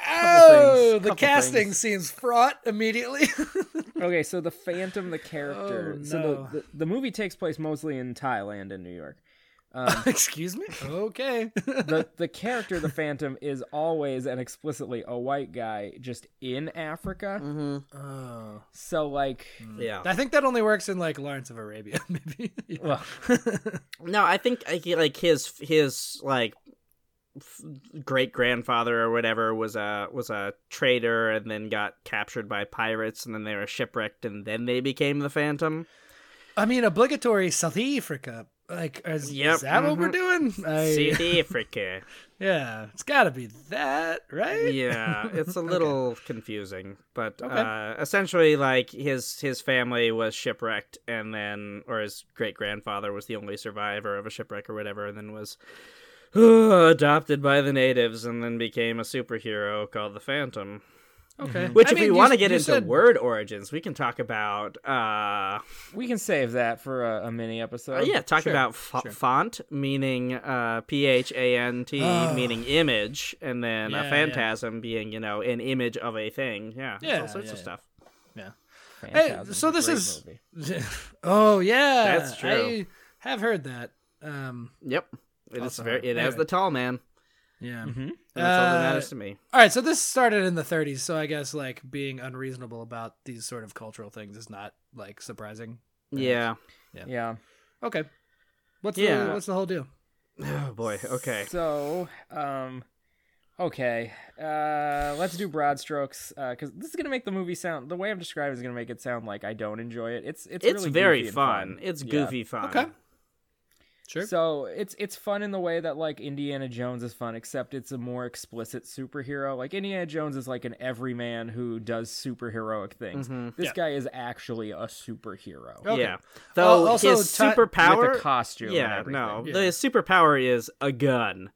S2: oh,
S1: things,
S2: the
S1: couple
S2: casting
S1: things.
S2: seems fraught immediately.
S1: Okay, so the Phantom, the character.
S2: Oh,
S1: So
S2: no.
S1: the, the the movie takes place mostly in Thailand and New York.
S3: Uh-huh.
S2: Excuse me. Okay.
S1: the the character the Phantom is always and explicitly a white guy just in Africa.
S3: Mm-hmm.
S2: oh.
S1: So like
S3: Yeah.
S2: I think that only works in like Lawrence of Arabia, maybe. Yeah.
S1: well,
S3: No, I think I get, like his his like great grandfather or whatever was a was a trader and then got captured by pirates and then they were shipwrecked and then they became the Phantom.
S2: I mean, obligatory South Africa. Like, is,
S3: Yep,
S2: is that what we're
S3: mhm.
S2: doing? I-
S3: South Africa.
S2: yeah, it's got to be that, right?
S3: Yeah, it's a little confusing, but uh, essentially, like his his family was shipwrecked, and then or his great grandfather was the only survivor of a shipwreck or whatever, and then was adopted by the natives, and then became a superhero called the Phantom.
S2: Okay.
S3: Mm-hmm. Which,
S2: I
S3: if
S2: mean,
S3: we
S2: you-
S3: want to get
S2: you
S3: into
S2: said-
S3: word origins, we can talk about. Uh,
S1: we can save that for a, a mini episode.
S3: Oh,
S2: Um,
S3: yeah, talk about fa- font meaning uh, p h a n t
S2: Oh.
S3: meaning image, and then
S2: Yeah,
S3: a
S2: yeah.
S3: phantasm being you know an image of a thing. Yeah, it's
S2: Yeah,
S3: all sorts
S2: yeah,
S3: of
S2: yeah.
S3: stuff.
S1: Phantasm,
S2: so this
S1: great
S2: is-
S1: movie.
S2: oh yeah,
S3: That's true.
S2: I have heard that. Um,
S3: Yep, it is
S2: Also
S3: very.
S2: hard.
S3: It has
S2: Anyway.
S3: the tall man.
S2: yeah.
S3: And Mm-hmm. that's all that
S2: Uh,
S3: matters to me.
S2: All right, so this started in the 30s, so I guess like being unreasonable about these sort of cultural things is not like surprising.
S3: Yeah.
S1: yeah.
S2: Okay. What's the
S3: Yeah.
S2: what's the whole deal?
S3: Oh boy. Okay.
S1: So um, okay, uh, let's do broad strokes because this is gonna make the movie sound the way I'm describing is gonna make it sound like I don't enjoy it. It's it's
S3: It's,
S1: really
S3: very
S1: goofy and
S3: fun. It's
S1: Yeah.
S3: goofy fun.
S2: Okay. Sure.
S1: So it's it's fun in the way that like Indiana Jones is fun, except it's a more explicit superhero. Like Indiana Jones is like an everyman who does superheroic things. This
S2: Mm-hmm. Yeah.
S1: guy is actually a superhero
S2: Okay.
S3: Yeah. Though
S2: Al- also
S3: his
S2: ti-
S1: with
S3: superpower.
S1: a costume. and
S3: yeah.
S1: everything.
S3: No.
S2: Yeah.
S3: The superpower is a gun.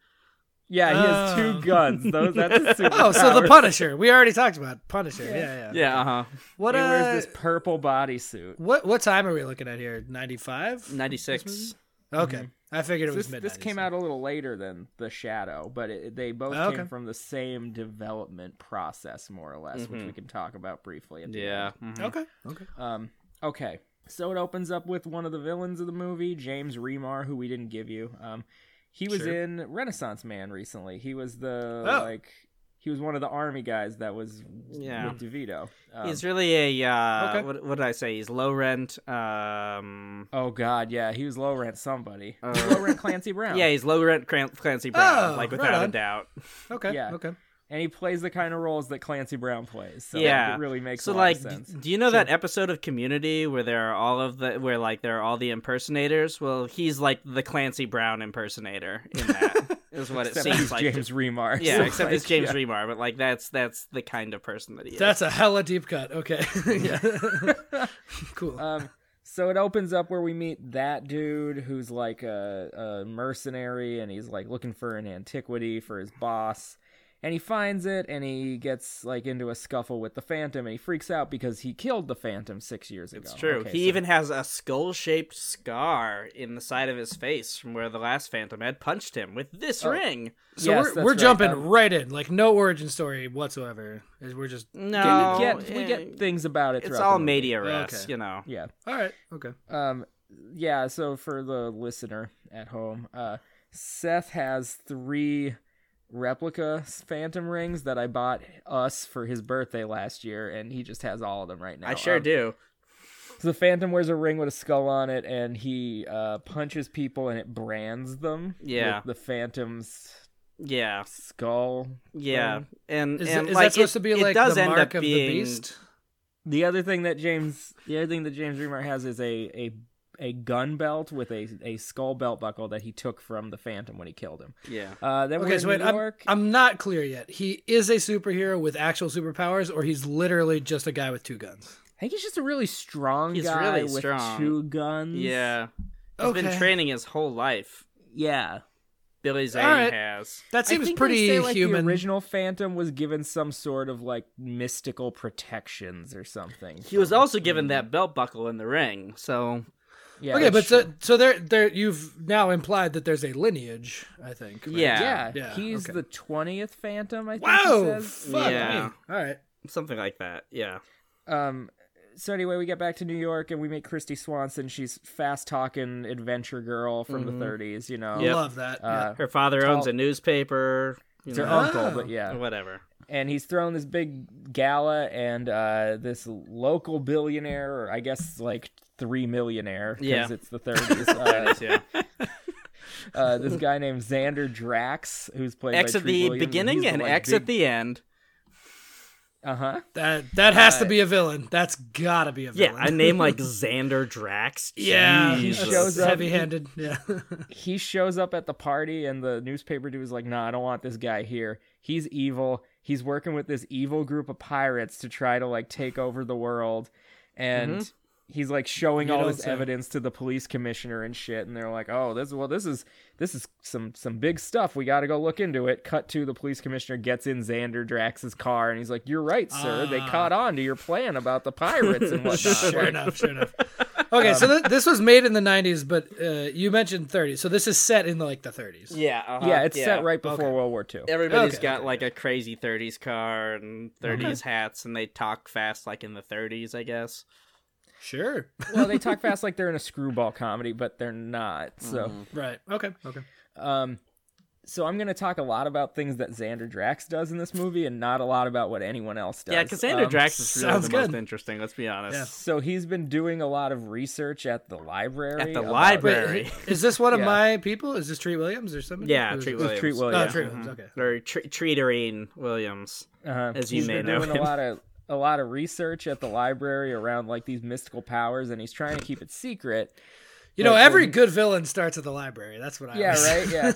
S1: Yeah, he has
S2: Oh.
S1: two guns. Those that's his superpower.
S2: Oh, so the Punisher. We already talked about Punisher. Yeah, yeah.
S3: Yeah. Uh huh.
S2: What
S1: he
S2: uh,
S1: wears this purple bodysuit.
S2: what what time are we looking at here? 95?
S3: Ninety six.
S2: Okay. I figured it
S1: mm-hmm. This,
S2: was mid.
S1: this came out a little later than the Shadow, but it, they both
S2: Oh,
S1: came
S2: okay.
S1: from the same development process, more or less,
S2: Mm-hmm.
S1: which we can talk about briefly. At the
S3: Yeah.
S1: end.
S3: mhm.
S2: Okay. Okay.
S1: Um, okay. So it opens up with one of the villains of the movie, James Remar, who we didn't give you. Um, he was
S2: Sure.
S1: in Renaissance Man recently. He was the
S2: Oh.
S1: like he was one of the army guys that was
S3: Yeah.
S1: with DeVito. Um,
S3: He's really a uh,
S2: Okay.
S3: what, what did I say? He's low rent. Um,
S1: oh god, yeah, he was low rent somebody.
S3: Uh,
S1: low rent Clancy Brown.
S3: yeah, he's low rent Cran- Clancy Brown,
S2: Oh,
S3: like
S2: right
S3: without a
S2: on.
S3: doubt.
S2: Okay.
S1: Yeah.
S2: Okay.
S1: and he plays the kind of roles that Clancy Brown plays. So
S3: Yeah.
S1: it really makes a
S3: so
S1: lot
S3: like,
S1: of
S3: d-
S1: sense.
S3: do you know that episode of Community where there are all of the where like there are all the impersonators? Well, he's like the Clancy Brown impersonator in that is what it
S1: Except
S3: seems
S1: he's
S3: like.
S1: James Remar.
S3: Yeah,
S1: So,
S3: except it's
S1: like,
S3: James
S1: yeah.
S3: Remar, but like that's that's the kind of person that he is.
S2: That's a hella deep cut. Okay. yeah. cool.
S1: Um, so it opens up where we meet that dude who's like a, a mercenary and he's like looking for an antiquity for his boss. And he finds it and he gets like into a scuffle with the Phantom and he freaks out because he killed the Phantom six years ago.
S3: It's true.
S1: Okay,
S3: he
S1: so-
S3: even has a skull shaped scar in the side of his face from where the last Phantom had punched him with this ring.
S2: so
S1: yes,
S2: we're,
S1: that's
S2: we're
S1: right.
S2: jumping
S1: Um,
S2: right in, like no origin story whatsoever. Is We're just
S3: No,
S1: we get we
S3: eh,
S1: get things about it.
S3: it's
S1: throughout
S3: all
S1: the movie.
S3: media res,
S2: Okay.
S3: you know.
S1: Yeah.
S2: all right. Okay.
S1: Um, yeah. So for the listener at home, uh, Seth has three replica phantom rings that I bought us for his birthday last year, and he just has all of them right now.
S3: I sure
S1: Um,
S3: do.
S1: So the phantom wears a ring with a skull on it, and he uh, punches people, and it brands them.
S3: Yeah.
S1: with the phantom's
S3: Yeah,
S1: skull.
S3: yeah,
S1: thing.
S3: and
S2: Is,
S3: and
S2: is
S3: like,
S2: that supposed
S3: it,
S2: to be
S3: it
S2: like
S3: does
S2: the
S3: end
S2: mark
S3: up
S2: of
S3: being,
S2: the beast?
S1: The other thing that James, the other thing that James Remar has is a a a gun belt with a a skull belt buckle that he took from the phantom when he killed him.
S3: Yeah,
S1: Uh, then
S2: Okay,
S1: we're in
S2: so wait,
S1: New
S2: I'm,
S1: York.
S2: I'm not clear yet. He is a superhero with actual superpowers, or he's literally just a guy with two guns.
S1: I think he's just a really strong
S3: He's
S1: guy
S3: really
S1: with
S3: strong.
S1: two guns.
S3: yeah. He's
S2: Mm. Okay.
S3: been training his whole life.
S1: yeah.
S3: Billy Zane
S2: right.
S3: has.
S2: That
S1: I
S2: seems
S1: think
S2: pretty
S1: they say, like,
S2: human.
S1: The original Phantom was given some sort of like mystical protections or something.
S3: He was
S1: from-
S3: also given
S1: Mm.
S3: that belt buckle in the ring, so
S1: yeah,
S2: okay, but
S1: that's
S2: so,
S1: true.
S2: so there, there, you've now implied that there's a lineage. I think. right?
S3: Yeah.
S1: yeah,
S2: Yeah,
S1: he's
S2: okay.
S1: the twentieth Phantom. I think. he
S2: Wow.
S1: says.
S2: Fuck
S3: Yeah.
S2: me. All right.
S3: something like that. Yeah,
S1: Um, so anyway, we get back to New York and we meet Christy Swanson. She's fast talking adventure girl from
S2: Mm-hmm.
S1: the '30s. You know,
S3: Yep.
S2: Love that.
S1: uh,
S3: her father
S1: Tall-
S3: owns a newspaper. You
S1: it's her
S3: know,
S1: uncle,
S2: Oh.
S1: but yeah,
S3: whatever.
S1: and he's throwing this big gala and uh, this local billionaire or i guess like three millionaire
S3: Yeah.
S1: because it's the 30s uh,
S3: Yeah.
S1: uh, this guy named xander drax who's played
S3: X
S1: by
S3: at
S1: Treat
S3: the
S1: Williams,
S3: beginning
S1: he's
S3: and
S1: like,
S3: X
S1: big-
S3: at the end.
S1: uh-huh
S2: yeah. That that has to
S1: uh,
S2: be a villain. That's gotta be a
S3: Yeah,
S2: villain.
S3: a name like Xander Drax.
S2: yeah, he
S3: Jesus.
S2: shows
S1: Shows up-
S2: heavy-handed. Yeah.
S1: he shows up at the party and the newspaper dude's like nah i don't want this guy here he's evil he's working with this evil group of pirates to try to like take over the world and he's like showing
S2: Mm-hmm. You
S1: all
S2: don't
S1: this
S2: say.
S1: evidence to the police commissioner and shit and they're like oh this well this is this is some some big stuff we got to go look into it cut to the police commissioner gets in xander drax's car and he's like you're right sir they
S2: Ah.
S1: caught on to your plan about the pirates and whatnot
S2: sure
S1: Like,
S2: enough. Sure enough. Okay, so th- this was made in the '90s, but uh, you mentioned '30s, so this is set in like the '30s.
S3: Yeah, uh-huh,
S1: yeah it's set right before
S2: Okay.
S1: world war ii
S3: Everybody's
S2: Okay. Mm-hmm.
S3: got like a crazy 30s car and 30s hats, and they talk fast like in the 30s, I guess.
S2: Sure.
S1: well, they talk fast like they're in a screwball comedy, but they're not. So,
S3: Mm-hmm.
S2: Right. Okay. Okay.
S1: um, so I'm gonna talk a lot about things that Xander Drax does in this movie, and not a lot about what anyone else does.
S3: Yeah, Cassandra
S1: Um,
S3: Drax is really
S2: sounds
S3: the most
S2: good.
S3: interesting. Let's be honest.
S1: So he's been doing a lot of research at the library.
S3: At the
S1: about-
S3: library,
S2: Is this one of
S1: Yeah.
S2: my people? Is this Treat Williams or somebody?
S3: yeah,
S2: Who is
S3: Treat
S2: this?
S3: Williams,
S1: Treat
S2: Oh,
S1: Williams.
S2: Treat Williams. Okay.
S3: or tre- Treaterine Williams,
S1: Uh,
S3: as you
S1: he's
S3: may
S1: been
S3: know
S1: doing
S3: him.
S1: a lot of a lot of research at the library around like these mystical powers, and he's trying to keep it secret.
S2: You know,
S1: Like,
S2: every
S1: when-
S2: good villain starts at the library. That's what I.
S1: Yeah,
S2: always say.
S1: right. Yeah,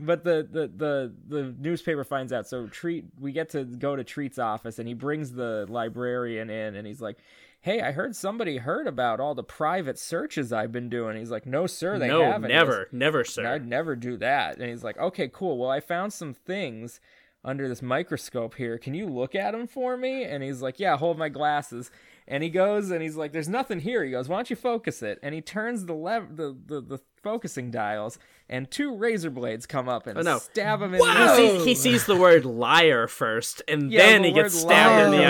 S1: but the, the the the newspaper finds out. So treat we get to go to Treat's office, and he brings the librarian in, and he's like, "Hey, I heard somebody heard about all the private searches I've been doing." He's like, "No, sir, they
S3: no,
S1: haven't. He goes,
S3: never, never, sir.
S1: I'd never do that." And he's like, "Okay, cool. Well, I found some things." Under this microscope here, can you look at them for me? And he's like, Yeah, hold my glasses. And he goes and he's like, There's nothing here. He goes, Why don't you focus it? And he turns the lev- the, the the focusing dials, and two razor blades come up and
S3: Oh, no.
S1: stab him in
S3: He
S1: the
S2: Wow.
S3: sees, he sees the word liar first, and
S1: Yeah,
S3: then
S1: the
S3: he gets
S1: word liar.
S3: stabbed in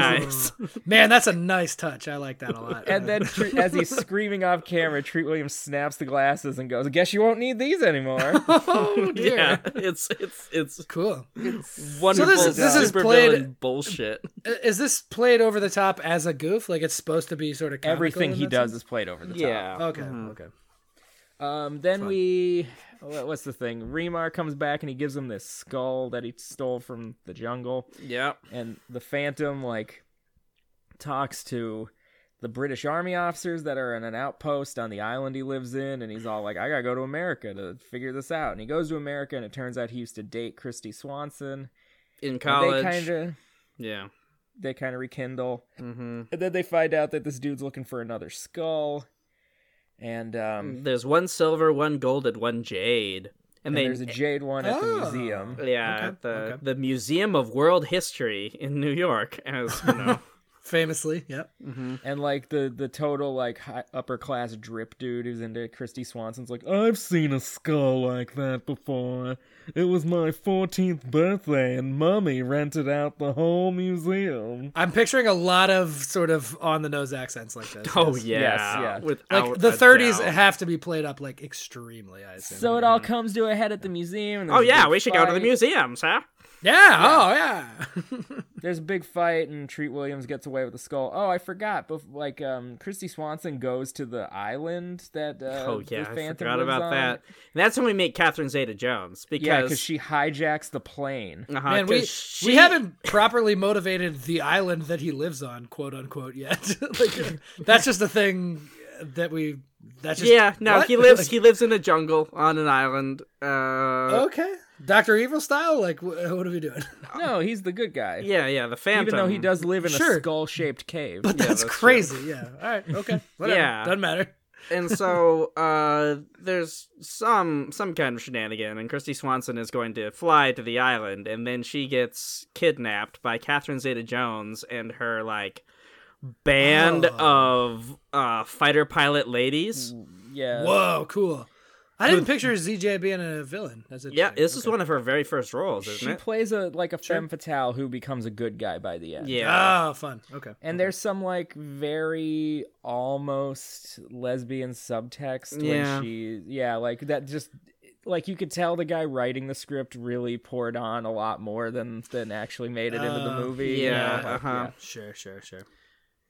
S3: the eyes.
S2: Man, that's a nice touch. I like that a lot.
S1: And then, Tre- as he's screaming off camera, Treat Williams snaps the glasses and goes, "Guess you won't need these anymore."
S2: oh dear.
S3: yeah, it's it's it's
S2: Cool.
S3: wonderful.
S2: this- this is
S3: super
S2: played-
S3: villain bullshit.
S2: I- Is this played over the top as a goof? Like it's supposed to be sort of comical
S1: Everything
S2: in
S1: he
S2: that
S1: does
S2: sense?
S1: is played over the top.
S3: Yeah.
S2: Okay. Okay.
S1: Um, then we, what- what's the thing? Remar comes back and he gives him this skull that he stole from the jungle,
S3: Yep.
S1: and the Phantom like talks to the British army officers that are in an outpost on the island he lives in, and he's all like, "I gotta go to America to figure this out." And he goes to America, and it turns out he used to date Christy Swanson.
S3: In
S1: And
S3: college.
S1: They kind of
S3: Yeah.
S1: they kind of rekindle,
S3: Mm-hmm.
S1: and then they find out that this dude's looking for another skull, and um,
S3: There's one silver, one gold, and one jade. And,
S1: and
S3: they
S1: there's a jade one at the
S2: Oh.
S1: museum.
S3: yeah
S2: Okay,
S3: at the
S2: okay.
S3: the Museum of World History in New York as you know
S2: famously. Yep.
S1: And like the the total like high, upper class drip dude who's into Christy Swanson's like I've seen a skull like that before. It was my 14th birthday and mummy rented out the whole museum.
S2: I'm picturing a lot of sort of on the nose accents like this.
S3: Oh
S2: yes.
S3: yeah, uh,
S1: yeah.
S2: Like the 30s have to be played up like extremely, I assume.
S1: So it all comes to a head at the museum. And
S3: Oh
S1: there's a
S3: yeah,
S1: big
S3: we should go to the
S1: fight.
S3: museums, huh?
S2: yeah, Oh yeah.
S1: There's a big fight and Treat Williams gets away with the skull. Oh, I forgot. But like, um, Christy Swanson goes to the island that uh,
S3: Oh
S1: the
S3: yeah, I
S1: Phantom
S3: forgot
S1: lives
S3: about
S1: on.
S3: that. And that's when we meet Catherine Zeta-Jones because
S1: Yeah, because she hijacks the plane.
S3: uh
S2: Man, we we haven't properly motivated the island that he lives on, quote unquote, yet. like, uh, that's just a thing that we. That's just,
S3: yeah, no,
S2: what?
S3: he lives.
S2: Like,
S3: He lives in a jungle on an island. Uh,
S2: okay, Doctor Evil style. Like, wh- uh, what are we doing?
S1: No, he's the good guy.
S3: Yeah, yeah, the Phantom.
S1: Even though he does live in
S2: Sure.
S1: a skull-shaped cave.
S2: But that's,
S3: that's
S2: crazy. Yeah. All right. Okay. Whatever.
S3: Yeah.
S2: Doesn't matter.
S3: and so uh, there's some some kind of shenanigan, and Christy Swanson is going to fly to the island, and then she gets kidnapped by Catherine Zeta-Jones and her like band
S1: Oh.
S3: of uh, fighter pilot ladies. Uh,
S1: yeah.
S2: Whoa, cool. I didn't picture ZJ being a villain. As a
S3: Yeah, this is
S2: Okay.
S3: one of her very first roles, isn't
S1: She
S3: it?
S1: plays a like a femme fatale who becomes a good guy by the end.
S3: yeah.
S2: Oh, fun. Okay.
S1: And there's some like very almost lesbian subtext
S3: Yeah.
S1: when she yeah, like that just like you could tell the guy writing the script really poured on a lot more than than actually made it into the
S2: Oh,
S1: movie. you
S3: Uh, yeah,
S1: know, like,
S3: uh-huh.
S2: Sure. Sure. Sure.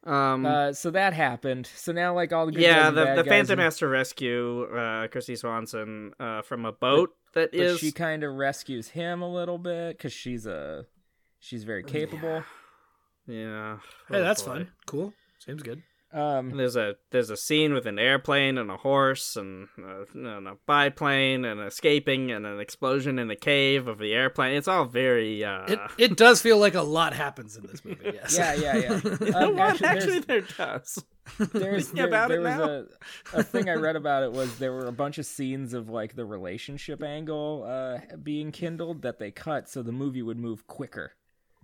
S3: Um,
S1: yeah. Uh, so that happened. So now like all the good guys
S3: yeah,
S1: and
S3: the,
S1: bad
S3: the
S1: guys
S3: Phantom
S1: and-
S3: has to rescue uh, Christy Swanson uh, from a boat that
S1: but
S3: is.
S1: she kind of rescues him a little bit cuz she's a she's very capable.
S3: Yeah.
S2: Hey,
S3: Oh,
S2: that's
S3: boy.
S2: fun. Cool. Seems good.
S1: Um
S3: And There's a there's a scene with an airplane and a horse and a, and a biplane and escaping and an explosion in the cave of the airplane. It's all very uh,
S2: It it does feel like a lot happens in this movie. Yes.
S1: Ah. yeah, yeah, yeah.
S3: a
S1: Um,
S3: lot
S1: there's-
S3: actually there does.
S1: there's
S3: Thinking
S1: there,
S3: about
S1: there
S3: it
S1: was
S3: now.
S1: a a thing I read about it was there were a bunch of scenes of like the relationship angle uh being kindled that they cut so the movie would move quicker.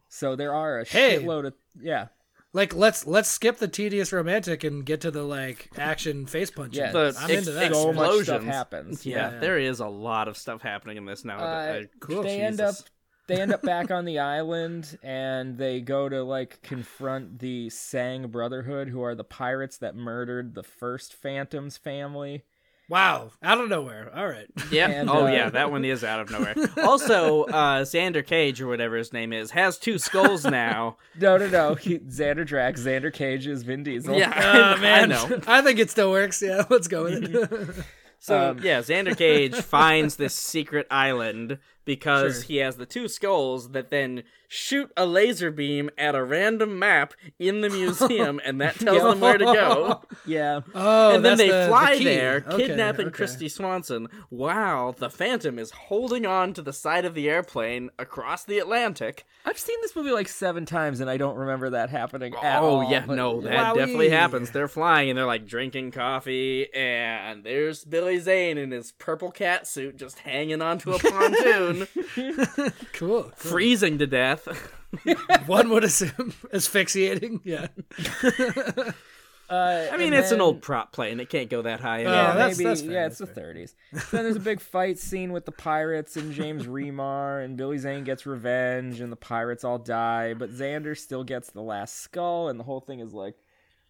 S1: So there are a
S2: Hey.
S1: shitload of yeah
S2: Like let's let's skip the tedious romantic and get to the like action face punching.
S1: yeah
S3: The
S2: I'm into that.
S1: so much stuff
S3: explosions.
S1: happens.
S3: Yeah,
S2: Yeah.
S3: there is a lot of stuff happening in this now.
S1: Uh,
S2: Cool.
S1: they end up
S2: Jesus.
S1: they end up back on the island and they go to like confront the Sang Brotherhood who are the pirates that murdered the first Phantom's family.
S2: Wow. Out of nowhere. All right.
S3: Yeah.
S1: And,
S3: oh
S1: uh,
S3: yeah, that one is out of nowhere. also, uh, Xander Cage or whatever his name is has two skulls now.
S1: No, no, no. He, Xander Drax, Xander Cage is Vin Diesel.
S3: I-
S2: Uh, man,
S3: I know.
S2: I think it still works. Yeah, let's go with it.
S3: So
S1: Um,
S3: yeah, Xander Cage finds this secret island because
S2: Sure.
S3: he has the two skulls that then shoot a laser beam at a random map in the museum, and that tells them where to go.
S1: yeah.
S2: oh,
S3: and then
S2: that's
S3: they
S2: the- the
S3: fly
S2: key.
S3: there,
S2: Okay,
S3: kidnapping
S2: okay.
S3: Christy Swanson while the Phantom is holding on to the side of the airplane across the Atlantic.
S1: I've seen this movie like seven times and I don't remember that happening at
S3: oh
S1: all.
S3: yeah,
S1: but-
S3: no, that
S2: Wowee.
S3: definitely happens. They're flying and they're like drinking coffee, and there's Billy Zane in his purple cat suit just hanging onto a pontoon,
S2: Cool. cool.
S3: freezing to death.
S2: One would assume asphyxiating. Yeah.
S1: Uh,
S3: I mean,
S1: and
S3: it's an
S1: then-
S3: old prop plane; it can't go that high.
S1: Yeah,
S2: Oh,
S3: anyway.
S2: that's-
S1: maybe.
S2: that's fair,
S1: yeah,
S2: that's
S1: it's the 30s. So then there's a big fight scene with the pirates and James Remar, and Billy Zane gets revenge, and the pirates all die, but Xander still gets the last skull, and the whole thing is like,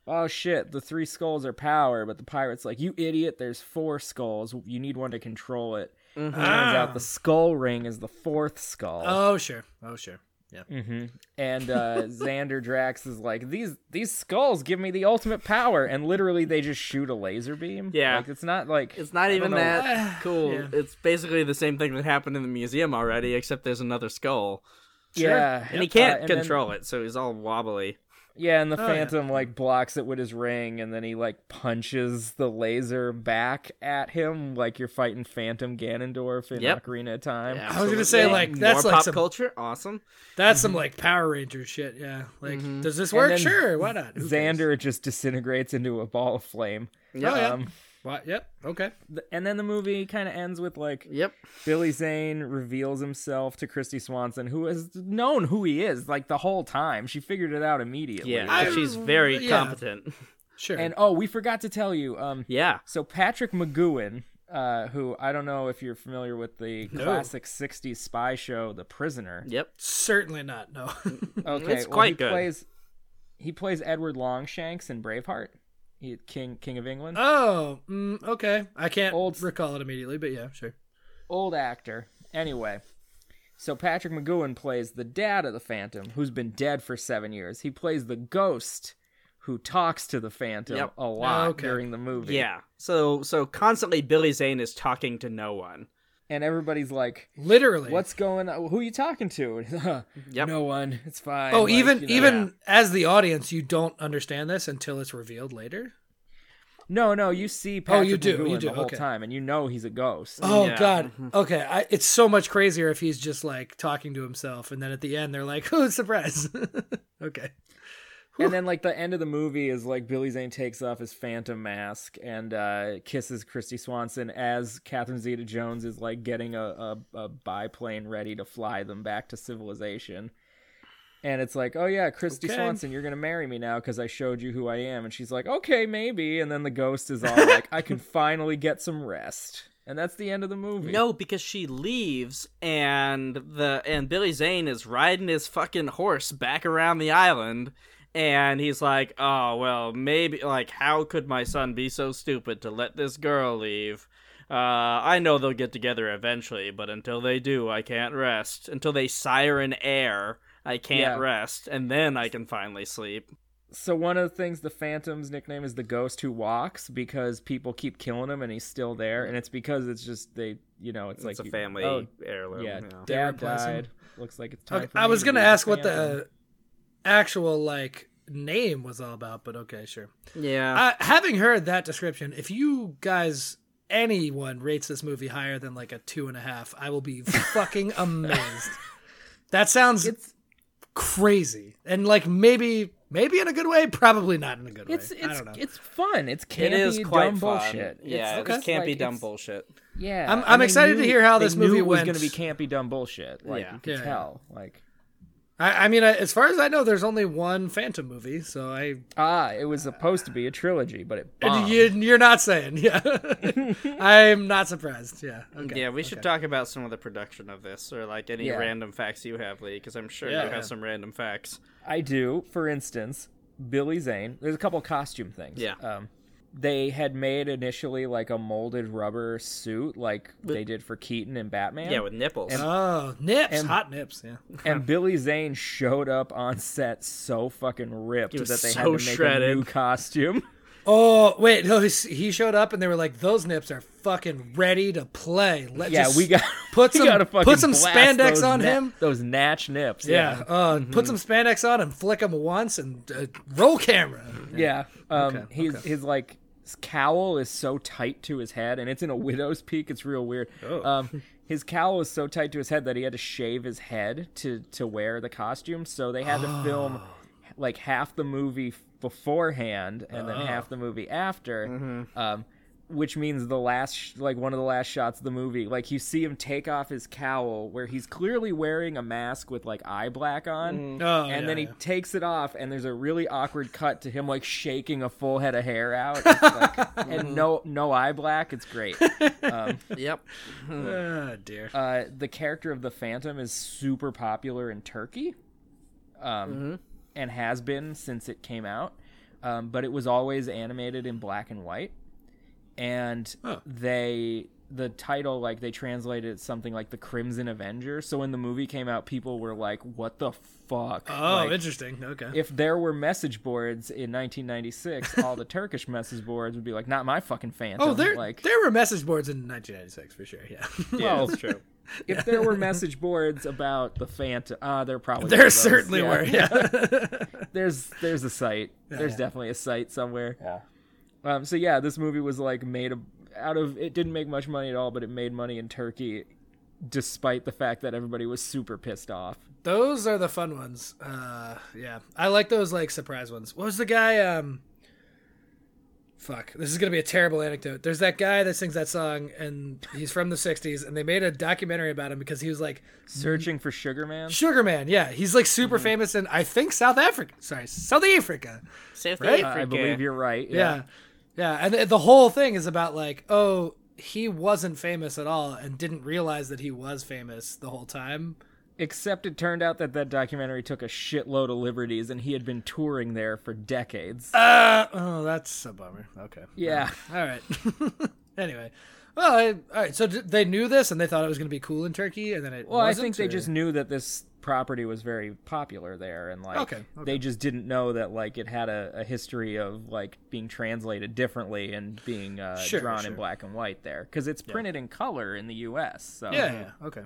S1: oh shit, the three skulls are power, but the pirate's like, you idiot, there's four skulls. You need one to control it. Turns out the skull ring is the fourth skull.
S2: Ah. Oh sure. Oh sure. Yeah.
S1: Mm-hmm. And uh, Xander Drax is like, these these skulls give me the ultimate power, and literally they just shoot a laser beam.
S3: Yeah.
S1: like, it's not like
S3: It's not
S1: I don't
S3: even
S1: know.
S3: that cool.
S2: Uh, Yeah.
S3: It's basically the same thing that happened in the museum already, except there's another skull,
S1: Yeah,
S3: and he
S1: Uh,
S3: can't
S1: and then-
S3: control it, so he's all wobbly.
S1: yeah, and the
S2: Oh, yeah.
S1: Phantom like blocks it with his ring, and then he like punches the laser back at him, like you're fighting Phantom Ganondorf in
S3: Yep.
S1: Arena of Time.
S2: I was gonna say,
S3: Absolutely.
S2: like, that's
S3: More
S2: like
S3: pop
S2: some- Oh,
S3: culture. Awesome.
S2: That's some like Power Ranger shit. Yeah. Like, does this
S1: Mm-hmm. And
S2: work?
S1: then
S2: Sure. Why not? Who cares?
S1: Xander just disintegrates into a ball of flame.
S2: Oh, yeah. Why, yep. Okay.
S1: Th- And then the movie kind of ends with like
S3: Yep.
S1: Billy Zane reveals himself to Christy Swanson, who has known who he is like the whole time. She figured it out immediately.
S3: Yeah,
S2: I-
S3: she's very
S2: yeah.
S3: competent.
S2: Sure.
S1: And oh, we forgot to tell you. Um,
S3: Yeah.
S1: So Patrick McGowan, uh, who I don't know if you're familiar with the classic '60s spy show, The Prisoner.
S3: Yep.
S2: Certainly not. No.
S1: Okay,
S3: It's
S1: well,
S3: quite
S1: he
S3: good.
S1: Plays, he plays Edward Longshanks in Braveheart, he, King King of England.
S2: oh. Mm, okay. I can't
S1: Old-
S2: recall it immediately, but yeah, sure.
S1: Old actor. Anyway, so Patrick McGowan plays the dad of the Phantom, who's been dead for seven years. He plays the ghost, who talks to the Phantom
S3: Yep.
S1: a lot
S2: Okay.
S1: during the movie.
S3: Yeah. So so constantly Billy Zane is talking to no one.
S1: and everybody's like.
S2: Literally.
S1: What's going on? Who are you talking to?
S3: Yep.
S1: No one. It's fine.
S2: Oh,
S1: Like,
S2: even
S1: you know.
S2: even as the audience, you don't understand this until it's revealed later.
S1: No, no, you see Patrick
S2: Oh, you do,
S1: McGoohan
S2: you do,
S1: the whole
S2: okay.
S1: time, and you know he's a ghost.
S2: Oh
S3: Yeah.
S2: God.
S1: Mm-hmm.
S2: Okay, I, it's so much crazier if he's just like talking to himself, and then at the end they're like, "Oh, surprise!" okay.
S1: And then, like, the end of the movie is like Billy Zane takes off his phantom mask and uh, kisses Christy Swanson as Catherine Zeta Jones is like getting a, a, a biplane ready to fly them back to civilization. And it's like, oh yeah, Christy
S2: Okay.
S1: Swanson, you're gonna marry me now because I showed you who I am. And she's like, okay, maybe. And then the ghost is all like, I can finally get some rest. And that's the end of the movie.
S3: No, because she leaves and the and Billy Zane is riding his fucking horse back around the island and he's like, "Oh, well, maybe like how could my son be so stupid to let this girl leave?" Uh, I know they'll get together eventually, but until they do, I can't rest. Until they siren air, I can't
S1: Yeah.
S3: rest, and then I can finally sleep.
S1: So one of the things the Phantom's nickname is the Ghost Who Walks because people keep killing him and he's still there, and it's because it's just they, you know, it's,
S3: it's
S1: like
S3: a
S1: you-
S3: family
S1: Oh,
S3: heirloom.
S1: yeah,
S3: you know.
S2: They
S1: Dad
S2: replace him.
S1: died. Looks like it's time.
S2: okay
S1: for
S2: I
S1: me
S2: was
S1: to
S2: gonna
S1: be the
S2: ask what
S1: Phantom.
S2: the actual like name was all about, but okay, sure.
S3: Yeah.
S2: Uh, having heard that description, if you guys anyone rates this movie higher than like a two and a half, I will be fucking amazed. That sounds
S1: It's
S2: crazy, and like maybe maybe in a good way, probably not in a good
S1: it's
S2: way. I
S1: it's
S2: don't know.
S1: it's fun. It's campy,
S3: it is quite
S1: dumb
S3: fun.
S1: bullshit.
S3: Yeah,
S1: it's,
S3: it's
S1: okay.
S3: campy
S1: like,
S3: dumb
S1: it's-
S3: bullshit.
S1: Yeah,
S2: I'm-
S1: and
S2: I'm
S1: they
S2: excited to
S1: knew-
S2: hear how
S1: they
S2: this
S1: knew
S2: movie
S1: it was
S2: went.
S1: gonna be campy dumb bullshit. Like
S3: Yeah.
S1: you could
S2: Yeah.
S1: tell. Like
S2: I, I mean, I, as far as I know, there's only one Phantom movie, so I
S1: ah, it was supposed to be a trilogy, but it bombed.
S2: you, you're not saying, yeah. I'm not surprised. Yeah. Okay.
S3: Yeah, we should talk about some of the production of this, or like any
S1: Yeah.
S3: random facts you have, Lee, because I'm sure
S2: Yeah,
S3: you
S2: yeah.
S3: have some random facts.
S1: I do. For instance, Billy Zane. There's a couple costume things.
S3: Yeah.
S1: Um, they had made initially like a molded rubber suit, like they did for Keaton and Batman.
S3: Yeah, with nipples.
S2: Oh, nips,
S1: And-
S2: hot nips. Yeah.
S1: and Billy Zane showed up on set so fucking ripped
S3: He was
S1: that they
S3: so
S1: had to make a new
S3: shredded.
S1: costume.
S2: Oh wait, no, he's- he showed up and they were like, "Those nips are fucking ready to play." Let
S1: yeah,
S2: just
S1: we got
S2: put
S1: we
S2: some
S1: gotta fucking
S2: put some
S1: blast
S2: spandex
S1: those Mm-hmm.
S2: on
S1: na-
S2: him.
S1: Those natch nips.
S2: Yeah, uh, put some spandex on him, flick him once, and uh, roll camera.
S1: Yeah. Um,
S2: Okay,
S1: his his like s- cowl is so tight to his head, and it's in a widow's peak. It's real weird.
S2: Oh.
S1: Um, his cowl is so tight to his head that he had to shave his head to to wear the costume. So they had to film
S2: Oh.
S1: like half the movie f- beforehand and
S2: Oh.
S1: then half the movie after.
S2: Mm-hmm.
S1: Um, which means the last sh- like one of the last shots of the movie like you see him take off his cowl where he's clearly wearing a mask with like eye black on
S2: Oh,
S1: and
S2: yeah,
S1: then he
S2: yeah.
S1: takes it off and there's a really awkward cut to him like shaking a full head of hair out It's like- and no no eye black it's great
S3: Yep.
S2: Ah, dear.
S1: uh, the character of the phantom is super popular in turkey um,
S2: Mm-hmm.
S1: and has been since it came out um, but it was always animated in black and white and
S2: Huh.
S1: they the title like they translated it something like the crimson avenger so when the movie came out people were like what the fuck
S2: oh,
S1: Like,
S2: interesting. Okay.
S1: if there were message boards in 1996, all the Turkish message boards would be like, "Not my fucking phantom."
S2: oh, there
S1: like
S2: there were message boards in 1996 for sure. Yeah.
S3: Yeah, that's true.
S1: if there were message boards about the phantom, ah, there probably
S2: there
S1: those.
S2: certainly
S1: Yeah.
S2: were. Yeah.
S1: There's there's a site. there's
S2: yeah.
S1: definitely a site somewhere. Yeah. Um. So yeah, this movie was like made a, out of it didn't make much money at all, but it made money in Turkey, despite the fact that everybody was super pissed off.
S2: Mm-hmm. Those are the fun ones. Uh, yeah, I like those like surprise ones. What was the guy? Um, fuck, this is gonna be a terrible anecdote. There's that guy that sings that song, and he's from the '60s, and they made a documentary about him because he was like
S1: Searching for Sugar Man.
S2: Sugar Man. Yeah, he's like super famous in I think South Africa. Sorry, South Africa.
S3: South
S2: Right?
S1: I believe you're right.
S2: Yeah. yeah. And th- the whole thing is about like, oh, he wasn't famous at all and didn't realize that he was famous the whole time.
S1: Except it turned out that that documentary took a shitload of liberties, and he had been touring there for decades.
S2: Uh, oh, that's a bummer. Okay.
S1: yeah.
S2: All right. anyway. Well, I, all right. So d- they knew this and they thought it was going to be cool in Turkey and then it
S1: Well, I
S2: wasn't,
S1: think they
S2: or-
S1: just knew that this property was very popular there, and like
S2: Okay, okay.
S1: they just didn't know that like it had a, a history of like being translated differently and being uh,
S2: Sure,
S1: drawn
S2: sure.
S1: in black and white there because it's printed in color in the U.S. So
S2: Yeah, yeah. Okay.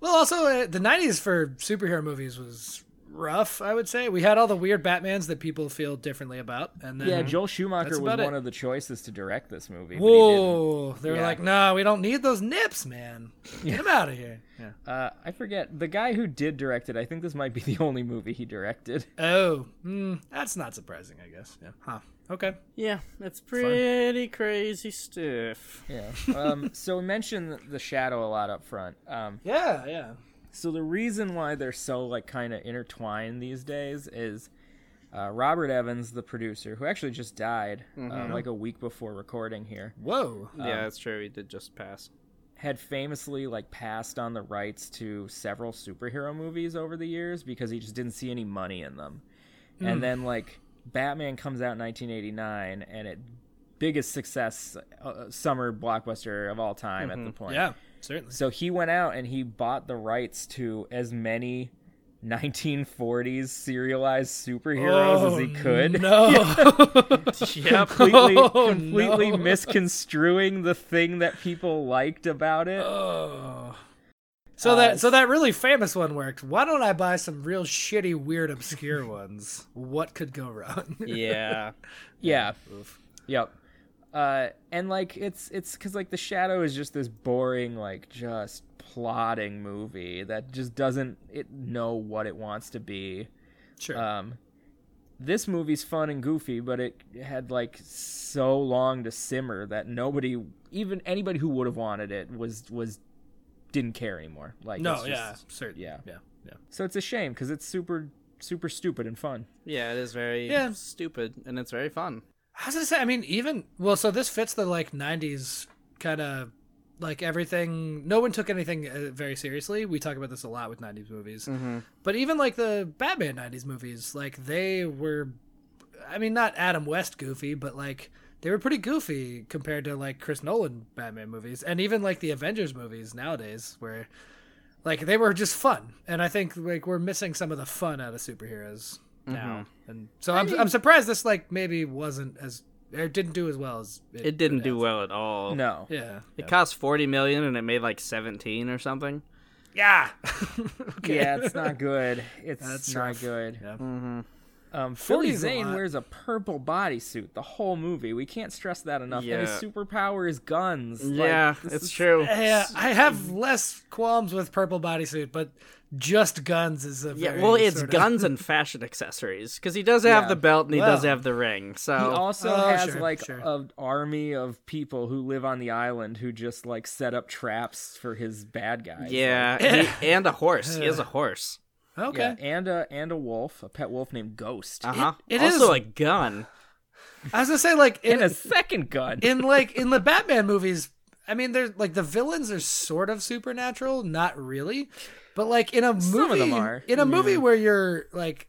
S2: Well, also uh, the 90s for superhero movies was rough, I would say. We had all the weird Batmans that people feel differently about and then
S1: Yeah, Joel Schumacher
S2: Mm-hmm. That's
S1: was
S2: about it.
S1: one of the choices to direct this movie. but he didn't.
S2: Whoa! They were
S1: Yeah.
S2: like, "Nah, we don't need those nips, man. Get them out of here." Yeah.
S1: Uh, I forget the guy who did direct it. I think this might be the only movie he directed.
S2: Oh, mm, that's not surprising, I guess. Yeah. Huh. Okay.
S3: Yeah, that's pretty crazy stuff.
S1: Yeah. Um, so we mentioned the shadow a lot up front. Um,
S2: Yeah, yeah.
S1: so the reason why they're so like kind of intertwined these days is uh, Robert Evans, the producer, who actually just died um, like a week before recording here,
S2: Whoa.
S3: yeah, that's true. He did just pass.
S1: had famously like passed on the rights to several superhero movies over the years because he just didn't see any money in them. And then like Batman comes out in 1989 and it biggest success uh, summer blockbuster of all time at the point.
S2: Yeah, certainly.
S1: So he went out and he bought the rights to as many 1940s serialized superheroes as he could.
S2: Oh, No.
S3: Yep.
S1: Completely,
S2: Oh,
S1: completely
S2: no.
S1: misconstruing the thing that people liked about it.
S2: oh. So that so that really famous one worked. Why don't I buy some real shitty, weird, obscure ones? What could go wrong?
S3: yeah.
S1: Yeah. Yep. Uh, and like it's it's because like the shadow is just this boring like just plotting movie that just doesn't it know what it wants to be.
S2: sure.
S1: Um, this movie's fun and goofy, but it had like so long to simmer that nobody, even anybody who would have wanted it, was was didn't care anymore. Like
S2: no.
S1: it's just-
S2: yeah. Certainly.
S1: yeah.
S2: Yeah. Yeah.
S1: So it's a shame because it's super super stupid and fun.
S3: Yeah, it is very
S2: Yeah.
S3: stupid and it's very fun.
S2: I was gonna say, I mean, even well, so this fits the like '90s kind of like everything. No one took anything uh, very seriously. We talk about this a lot with '90s movies,
S3: Mm-hmm.
S2: but even like the Batman '90s movies, like they were, I mean, not Adam West goofy, but like they were pretty goofy compared to like Chris Nolan Batman movies, and even like the Avengers movies nowadays, where like they were just fun. And I think like we're missing some of the fun out of superheroes
S3: Mm-hmm.
S2: now. And so I'm, I'm surprised this like maybe wasn't as or didn't do as well as
S3: It didn't do
S2: have.
S3: well at
S2: Oh.
S3: all.
S1: No.
S2: Yeah.
S3: It cost 40 million and it made like 17 or something.
S2: Yeah. okay.
S1: Yeah, it's not good. It's
S2: That's
S1: not
S2: rough.
S1: good.
S2: Yeah.
S1: Um, Philly
S2: Philly's a
S1: Zane
S2: lot.
S1: wears a purple bodysuit the whole movie. We can't stress that enough. And his
S3: Yeah.
S1: superpower is guns. Like,
S3: yeah,
S1: this
S3: it's
S1: is-
S3: true.
S2: Yeah, I have less qualms with purple bodysuit, but just guns is a
S3: Yeah,
S2: very
S3: well, it's
S2: sort of-
S3: guns and fashion accessories because he does have
S1: Yeah.
S3: the belt and he does
S2: Well.
S3: have the ring.
S1: He
S3: So
S1: also
S2: Oh,
S1: has
S2: sure,
S1: like
S2: sure.
S1: an army of people who live on the island who just like set up traps for his bad guys.
S3: yeah, he- and a horse. He has a horse.
S1: Like, yeah,
S2: Okay.
S1: and a and a wolf, a pet wolf named Ghost,
S3: Uh huh.
S2: it
S3: also
S2: is-
S3: a gun.
S2: I was gonna say like in
S1: and a second gun.
S2: in like in the Batman movies, I mean, there's like the villains are sort of supernatural, not really, but like in a movie,
S1: Some of them are.
S2: in a movie where you're like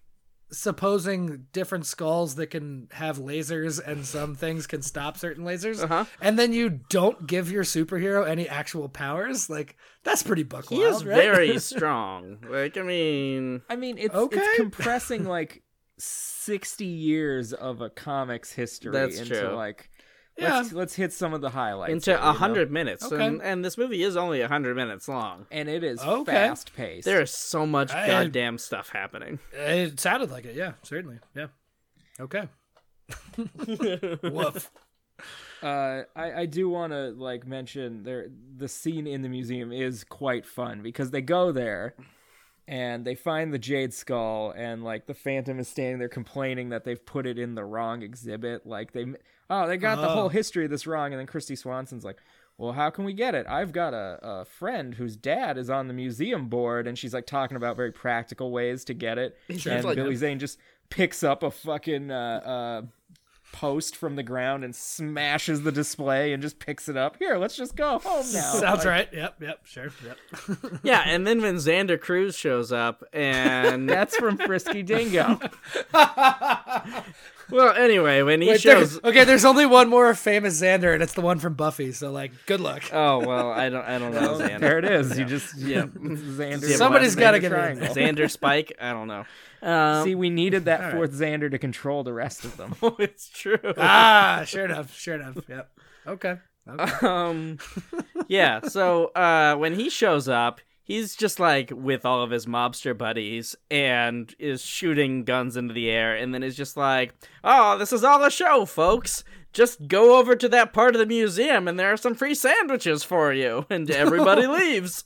S2: supposing different skulls that can have lasers and some things can stop certain lasers,
S3: Uh-huh.
S2: and then you don't give your superhero any actual powers, like that's pretty buck
S3: He
S2: wild,
S3: is
S2: right?
S3: very strong. Like I mean,
S1: I mean, it's
S2: Okay.
S1: it's compressing like sixty years of a comics history
S3: That's
S1: into
S3: true.
S1: like
S2: Yeah.
S1: let's let's hit some of the highlights
S3: into
S1: here, you know?
S3: a hundred minutes,
S2: Okay.
S3: and, and this movie is only hundred minutes long.
S1: and it is
S2: Okay.
S1: fast paced.
S3: There is so much
S2: I-
S3: goddamn stuff happening.
S2: it sounded like it, yeah, certainly, yeah, okay. Woof.
S1: Uh, I I do want to like mention there the scene in the museum is quite fun because they go there. and they find the jade skull and like the phantom is standing there complaining that they've put it in the wrong exhibit like they oh they got the
S2: Oh.
S1: whole history of this wrong and then christy swanson's like well how can we get it i've got a, a friend whose dad is on the museum board and she's like talking about very practical ways to get it and
S3: sounds like-
S1: billy zane just picks up a fucking uh, uh, post from the ground and smashes the display and just picks it up here let's just go home now
S2: Sounds right. Yep, yep, sure. Yep.
S3: Yeah, and then when Xander Cruz shows up, and
S1: that's from frisky dingo
S3: well, anyway, when he
S2: Wait, there-
S3: shows,
S2: okay, there's only one more famous Xander, and it's the one from Buffy. So like, good luck.
S3: oh well, I don't, I don't know
S1: There
S3: Xander.
S1: it is. You just yeah. Xander.
S3: Yeah,
S2: Somebody's
S1: Xander
S2: gotta get it in
S1: triangle.
S3: Xander Spike, I don't know. Um,
S1: See, we needed that fourth Xander to control the rest of them.
S3: it's true.
S2: ah, sure enough, sure enough. Yep. Okay. okay.
S3: um yeah so uh when he shows up he's just like with all of his mobster buddies and is shooting guns into the air and then is just like oh this is all a show folks just go over to that part of the museum and there are some free sandwiches for you and everybody leaves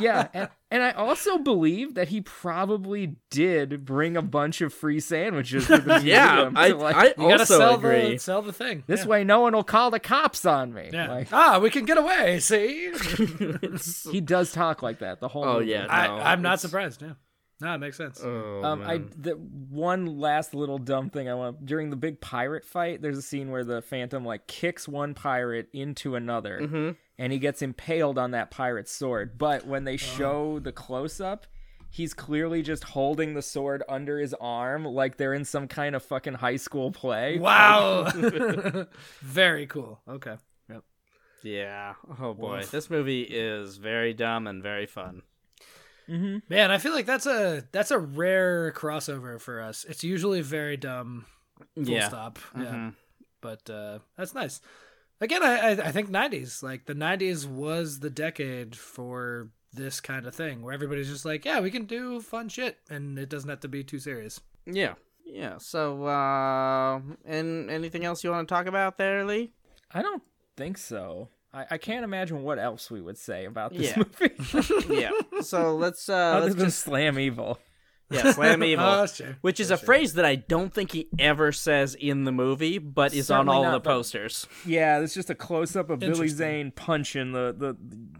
S1: yeah, and, and I also believe that he probably did bring a bunch of free sandwiches. To the
S3: yeah
S1: museum
S3: i,
S1: to, like,
S3: I
S2: You gotta
S3: also
S2: sell
S3: agree
S2: the sell the thing
S1: this
S2: Yeah.
S1: way, no one will call the cops on me.
S2: Yeah.
S1: Like,
S2: ah, we can get away. See,
S1: he does talk like that the whole.
S3: oh
S1: movie.
S3: yeah
S2: I,
S3: no,
S2: I'm not
S3: it's-
S2: surprised. Yeah. No, it makes sense.
S3: oh,
S1: Um, I
S3: man.
S1: the one last little dumb thing I want during the big pirate fight. There's a scene where the Phantom like kicks one pirate into another,
S3: Mm-hmm.
S1: and he gets impaled on that pirate's sword. But when they show the close up, he's clearly just holding the sword under his arm, like they're in some kind of fucking high school play.
S2: Wow. Very cool. Okay. Yep.
S3: yeah oh boy this movie is very dumb and very fun
S2: Man, I feel like that's a that's a rare crossover for us. It's usually very dumb. Full
S3: yeah Mm-hmm.
S2: stop. Yeah. But uh, that's nice. Again, I, I I think '90s, like the '90s, was the decade for this kind of thing, where everybody's just like, yeah, we can do fun shit, and it doesn't have to be too serious.
S3: Yeah. Yeah. So, uh, and anything else you want to talk about there, Lee?
S1: I don't think so. I, I can't imagine what else we would say about this
S3: Yeah.
S1: movie
S3: Yeah. So let's uh,
S1: other
S3: let's
S1: than
S3: just
S1: slam evil.
S3: yeah, slam evil,
S2: Oh, sure.
S3: which is a phrase that I don't think he ever says in the movie, but is
S1: Certainly
S3: on all
S1: not,
S3: the
S1: but-
S3: posters.
S1: Yeah, it's just a close up of Billy
S2: Interesting.
S1: Zane punching the, the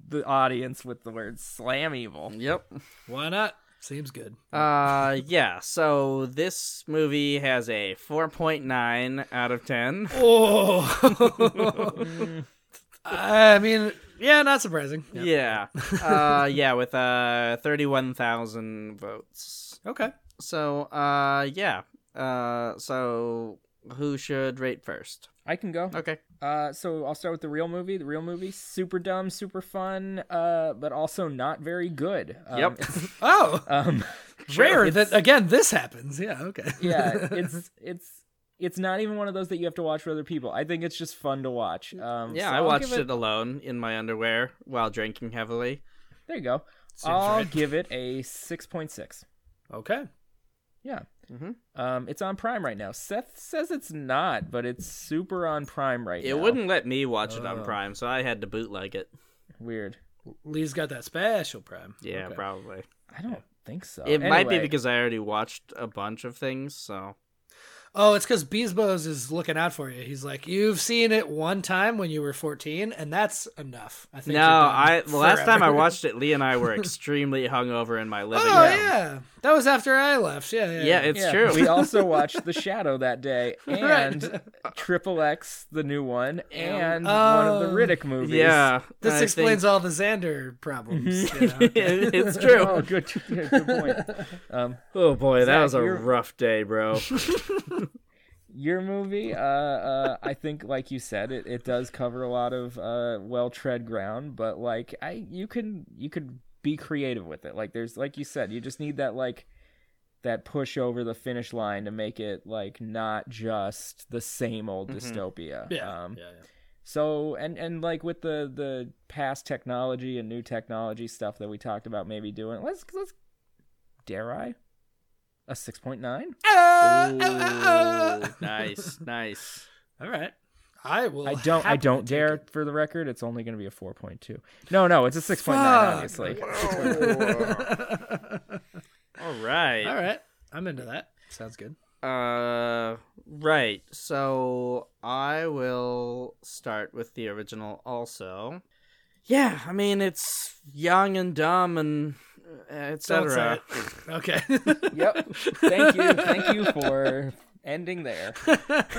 S1: the audience with the word slam evil.
S3: Yep.
S2: Why not? Seems good.
S3: Uh, yeah. So this movie has a four point nine out of ten.
S2: Oh. I mean, yeah, not surprising. Yeah.
S3: Yeah. Uh, yeah, with uh thirty one thousand votes.
S2: Okay.
S3: So, uh, yeah. Uh, so who should rate first?
S1: I can go.
S3: Okay.
S1: Uh, so I'll start with the real movie. The real movie, super dumb, super fun, uh, but also not very good. Um,
S3: Yep.
S2: Oh,
S1: Um,
S2: rare that again this happens. Yeah. Okay.
S1: yeah, it's it's it's not even one of those that you have to watch with other people. I think it's just fun to watch. Um,
S3: Mm, Yeah,
S1: so
S3: I
S1: I'll
S3: watched
S1: give
S3: it... alone in my underwear while drinking heavily.
S1: There you go.
S2: Seems
S1: I'll
S2: right.
S1: give it a six point six.
S2: Okay.
S1: Yeah.
S3: Mhm.
S1: Um, it's on Prime right now. Seth says it's not, but it's super on Prime right
S3: It
S1: now.
S3: wouldn't let me watch it on
S2: Oh.
S3: Prime, so I had to bootleg it.
S1: Weird.
S2: Lee's got that special prime.
S3: Yeah,
S2: Okay.
S3: probably.
S1: I don't think so.
S3: it might be
S1: Oh, Anyway,
S3: because I already watched a bunch of things, so
S2: Oh, it's because Beesbos is looking out for you. He's like, you've seen it one time when you were 14, and that's enough. I think.
S3: No,
S2: you're done
S3: I the last time I
S2: forever.
S3: watched it, Lee and I were extremely hungover in my living
S2: Oh
S3: room.
S2: yeah, that was after I left. Yeah. Yeah.
S3: Yeah, it's
S1: yeah,
S3: true.
S1: We also watched The Shadow that day and
S2: Right.
S1: Triple X, the new one, and
S2: Oh.
S1: one of the Riddick movies.
S3: Um, yeah.
S2: This
S3: I Mhm.
S2: explains all the Xander problems. you know? Okay.
S3: think- it's true.
S1: Oh, good, good good point. Um,
S3: Oh boy, that
S1: Zach,
S3: was a
S1: you're-
S3: rough day, bro.
S1: your movie, uh, uh, I think, like you said, it, it does cover a lot of uh, well tread ground, but like I, you can you could be creative with it. Like there's, like you said, you just need that like that push over the finish line to make it like not just the same old
S3: Mm-hmm.
S1: dystopia.
S2: Yeah.
S1: Um,
S2: yeah, yeah.
S1: So and and like with the the past technology and new technology stuff that we talked about maybe doing let's let's dare I a 6.9
S2: Ah, ah, ah, ah.
S3: nice, nice.
S2: All right. I will.
S1: I don't. I
S2: happily
S1: don't
S2: take
S1: dare.
S2: it.
S1: For the record, it's only going to be a four point two. No, no, it's a six point nine.
S2: Fuck.
S1: Obviously,
S3: All right.
S2: All right, I'm into that. Sounds good.
S3: Uh, right. So I will start with the original also. Yeah, I mean it's young and dumb and uh,
S2: Don't
S3: etc.
S2: say it. Okay.
S1: yep. Thank you. Thank you for ending there.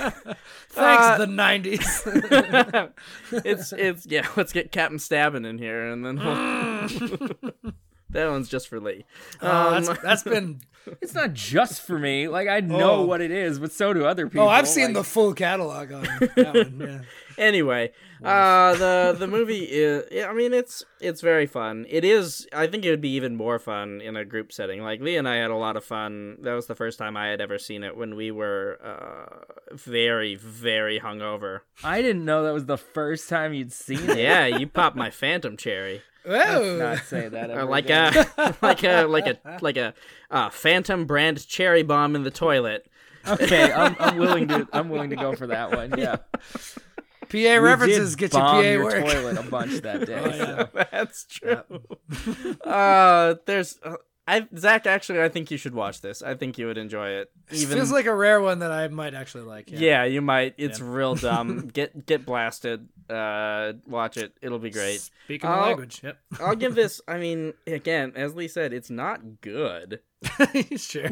S2: Thanks,
S3: Uh,
S2: the '90s.
S3: it's it's yeah. Let's get Captain Stabbing in here, and then we'll- that one's just for Lee.
S2: Oh,
S3: Um,
S2: that's, that's been.
S1: It's not just for me. Like I know
S2: Oh.
S1: what it is, but so do other people.
S2: Oh, I've seen the
S1: like,
S2: full catalog on that one. Yeah.
S3: anyway, uh, the the movie is. yeah, I mean, it's it's very fun. It is. I think it would be even more fun in a group setting. Like Lee and I had a lot of fun. That was the first time I had ever seen it when we were uh, very very hungover.
S1: I didn't know that was the first time you'd seen it.
S3: Yeah, you popped my Phantom Cherry,
S2: Whoa.
S1: Not say that.
S3: or
S1: ever
S3: like
S1: again.
S3: a like a like a like a uh, Phantom brand cherry bomb in the toilet.
S1: okay. I'm, I'm willing to. I'm willing to go for that one. Yeah.
S2: PA
S1: We
S2: references
S1: did
S2: get you PA
S1: bomb your
S2: work.
S1: toilet a bunch that day.
S2: Oh, yeah.
S1: so.
S3: That's true. uh, there's. Uh, I, Zach, actually, I think you should watch this. I think you would enjoy it.
S2: This feels like a rare one that I might actually like.
S3: yeah. you might. It's real dumb. get get blasted. Uh, watch it. It'll be great. Oh.
S2: Speaking
S3: I'll-
S2: the language. Yep.
S3: I'll give this. I mean, again, as Lee said, it's not good.
S2: sure.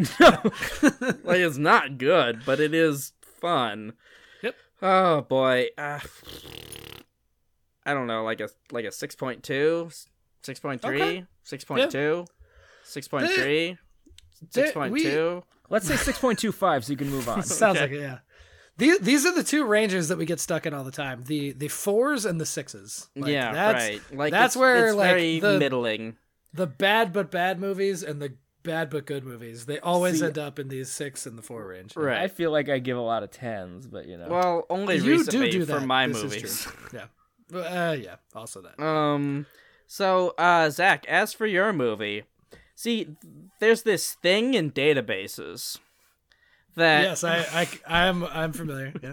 S3: Like it's not good, but it is fun.
S2: Yep.
S3: Oh boy. Uh, I don't know, like a like a 6.2, 6.3,
S2: Okay.
S3: 6.2, 6.3,
S2: There-
S3: 6.2.
S1: Let's say six point two five, so you can move on.
S2: Sounds like it, yeah. These these are the two ranges that we get stuck in all the time. The the fours and the sixes. Like,
S3: yeah,
S2: that's,
S3: right. Like
S2: that's
S3: it's-
S2: where
S3: it's
S2: like
S3: very
S2: the
S3: middling.
S2: the bad but bad movies and the bad but good movies. They always
S1: See-
S2: end up in these six and the four range.
S3: Right.
S1: I feel like I give a lot of tens, but you know.
S3: well, only
S2: You
S3: recently
S2: do do
S3: for
S2: that.
S3: my
S2: This is
S3: movies.
S2: true. Yeah. But, Uh, yeah. Also that.
S3: Um. So, uh, Zach, as for your movie, see, there's this thing in databases that
S2: yes, I, I am I'm familiar. Yeah.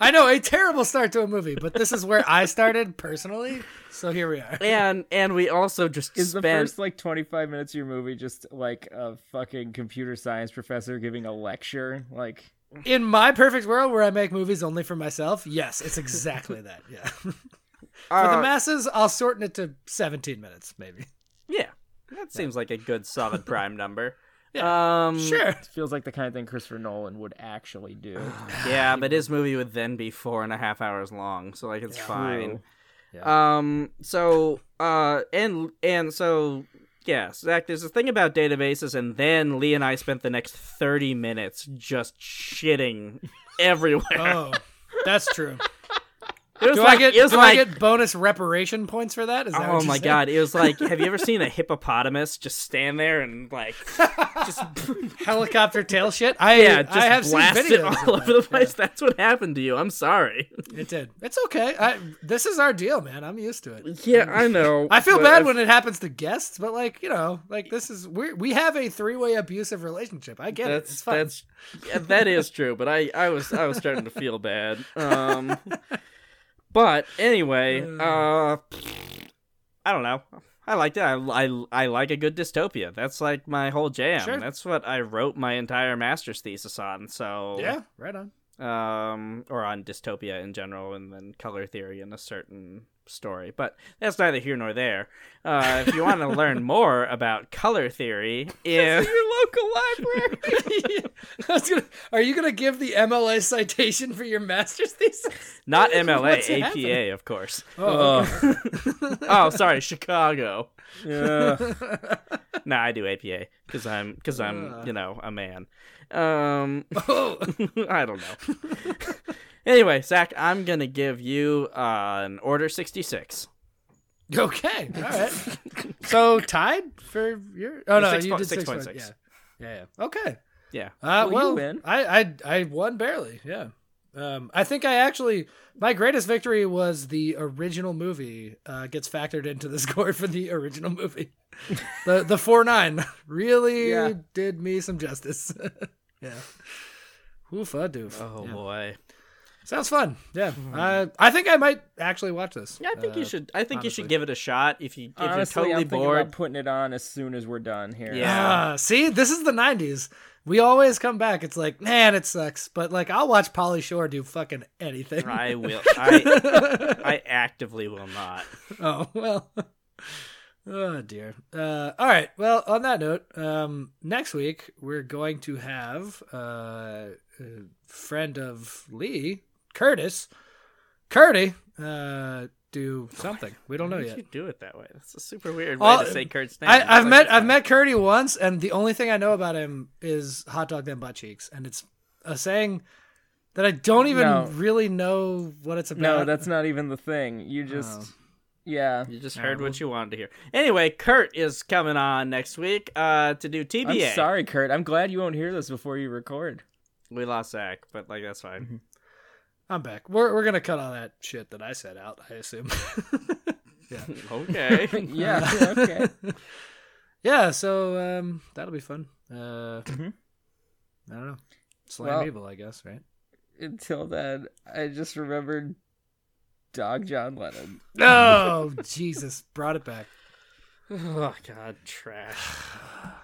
S2: I know a terrible start to a movie, but this is where I started personally. So here we are.
S3: and and we also just
S1: Is the
S3: spent
S1: first like 25 minutes of your movie just like a fucking computer science professor giving a lecture? Like,
S2: In my perfect world, where I make movies only for myself, yes, it's exactly that. Yeah. For the
S3: uh,
S2: masses, I'll shorten it to 17 minutes, maybe.
S3: yeah that seems like a good solid prime number um
S2: Sure.
S1: it feels like the kind of thing Christopher Nolan would actually do.
S3: yeah but his movie would then be four and a half hours long so like it's fine
S1: True.
S3: um so uh and and so yeah zach there's this thing about databases and then lee and i spent the next 30 minutes just shitting everywhere
S2: Oh, that's true.
S3: it was
S2: Do I
S3: like
S2: get
S3: it was
S2: do
S3: like
S2: I get bonus reparation points for that? Is that
S3: Oh
S2: what you
S3: my
S2: said?
S3: god, it was like, have you ever seen a hippopotamus just stand there and like just
S2: Helicopter tail shit. I
S3: yeah, just
S2: I have seen
S3: blast
S2: videos
S3: it
S2: of
S3: all
S2: that.
S3: over the place. That's what happened to you. I'm sorry.
S2: It did. It's okay. I, this is our deal, man. I'm used to it.
S3: Yeah, I know.
S2: I feel bad when it happens to guests, but like you know, like this is we we have a three way abusive relationship. I get it. It's
S3: that's
S2: fine.
S3: that's yeah, that is true. But I I was I was starting to feel bad. Um, but anyway, uh, I don't know. I liked it. I, I, I like a good dystopia. That's like my whole jam.
S2: Sure.
S3: That's what I wrote my entire master's thesis on. So
S2: yeah, right on.
S3: um, or on dystopia in general, and then color theory in a certain story. But that's neither here nor there. Uh, if you want to learn more about color theory, in your local library.
S2: I was gonna, are you gonna give the MLA citation for your master's thesis?
S3: Not MLA,
S2: What's
S3: APA,
S2: happening?
S3: of course.
S2: Oh,
S3: Oh, sorry, Chicago.
S1: Ugh.
S2: Oh.
S3: Nah, I do APA because I'm because I'm you know a man. Um,
S2: Oh.
S3: I don't know. anyway, Zach, I'm gonna give you uh, an order sixty six.
S2: okay, all right. So tied for your oh no,
S3: Six
S2: you
S3: point-
S2: did
S3: six
S2: six
S3: point
S2: point
S3: six.
S2: Yeah, yeah, yeah. Okay.
S3: Yeah.
S2: Uh,
S1: Well, you
S2: well,
S1: win.
S2: I, I I won barely. Yeah. Um, I think I actually my greatest victory was the original movie uh, gets factored into the score for the original movie. the the four nine really
S1: Yeah.
S2: did me some justice. yeah. Oofa doof.
S3: Oh
S2: Yeah.
S3: boy. Hmm.
S2: Sounds fun. Yeah, I I think I might actually watch this.
S3: Yeah, I think
S2: Uh,
S3: you should. I think you
S2: honestly.
S3: should give it a shot if you if
S1: Honestly,
S3: you're totally
S1: I'm thinking
S3: bored.
S1: about putting it on as soon as we're done here.
S3: Yeah.
S2: Yeah. Ah, See, this is the '90s. We always come back. It's like, man, it sucks, but like, I'll watch Polly Shore do fucking anything.
S3: I will. I, I actively will not.
S2: Oh well. Oh dear. Uh, all right. Well, on that note, um, next week we're going to have uh, a friend of Lee, Curtis, Curdy, uh, do something. We don't know
S3: Why did
S2: yet.
S3: you do it that way? That's a super weird
S2: All-
S3: way to say Kurt's name.
S2: I,
S3: It's
S2: I've
S3: like
S2: met
S3: it's
S2: I've
S3: not-
S2: met Curdy once, and the only thing I know about him is hot dog them butt cheeks, and it's a saying that I don't even
S1: No.
S2: really know what it's about.
S1: No, that's not even the thing.
S3: Oh.
S1: You just, yeah.
S3: You just heard what you wanted to hear. Anyway, Kurt is coming on next week uh, to do TBA.
S1: I'm sorry, Kurt. I'm glad you won't hear this before you record.
S3: We lost Zach, but like that's fine.
S2: I'm back. We're we're gonna cut all that shit that I said out. I assume.
S1: Mm-hmm.
S2: Uh,
S3: okay.
S1: Yeah. okay.
S2: yeah, so um, that'll be fun. Uh, I don't know.
S1: Mm-hmm.
S2: Slam
S1: Well-
S2: evil, I guess, right?
S1: Until then, I just remembered Dog John Lennon.
S2: No, Jesus, brought it back.
S3: oh God, trash.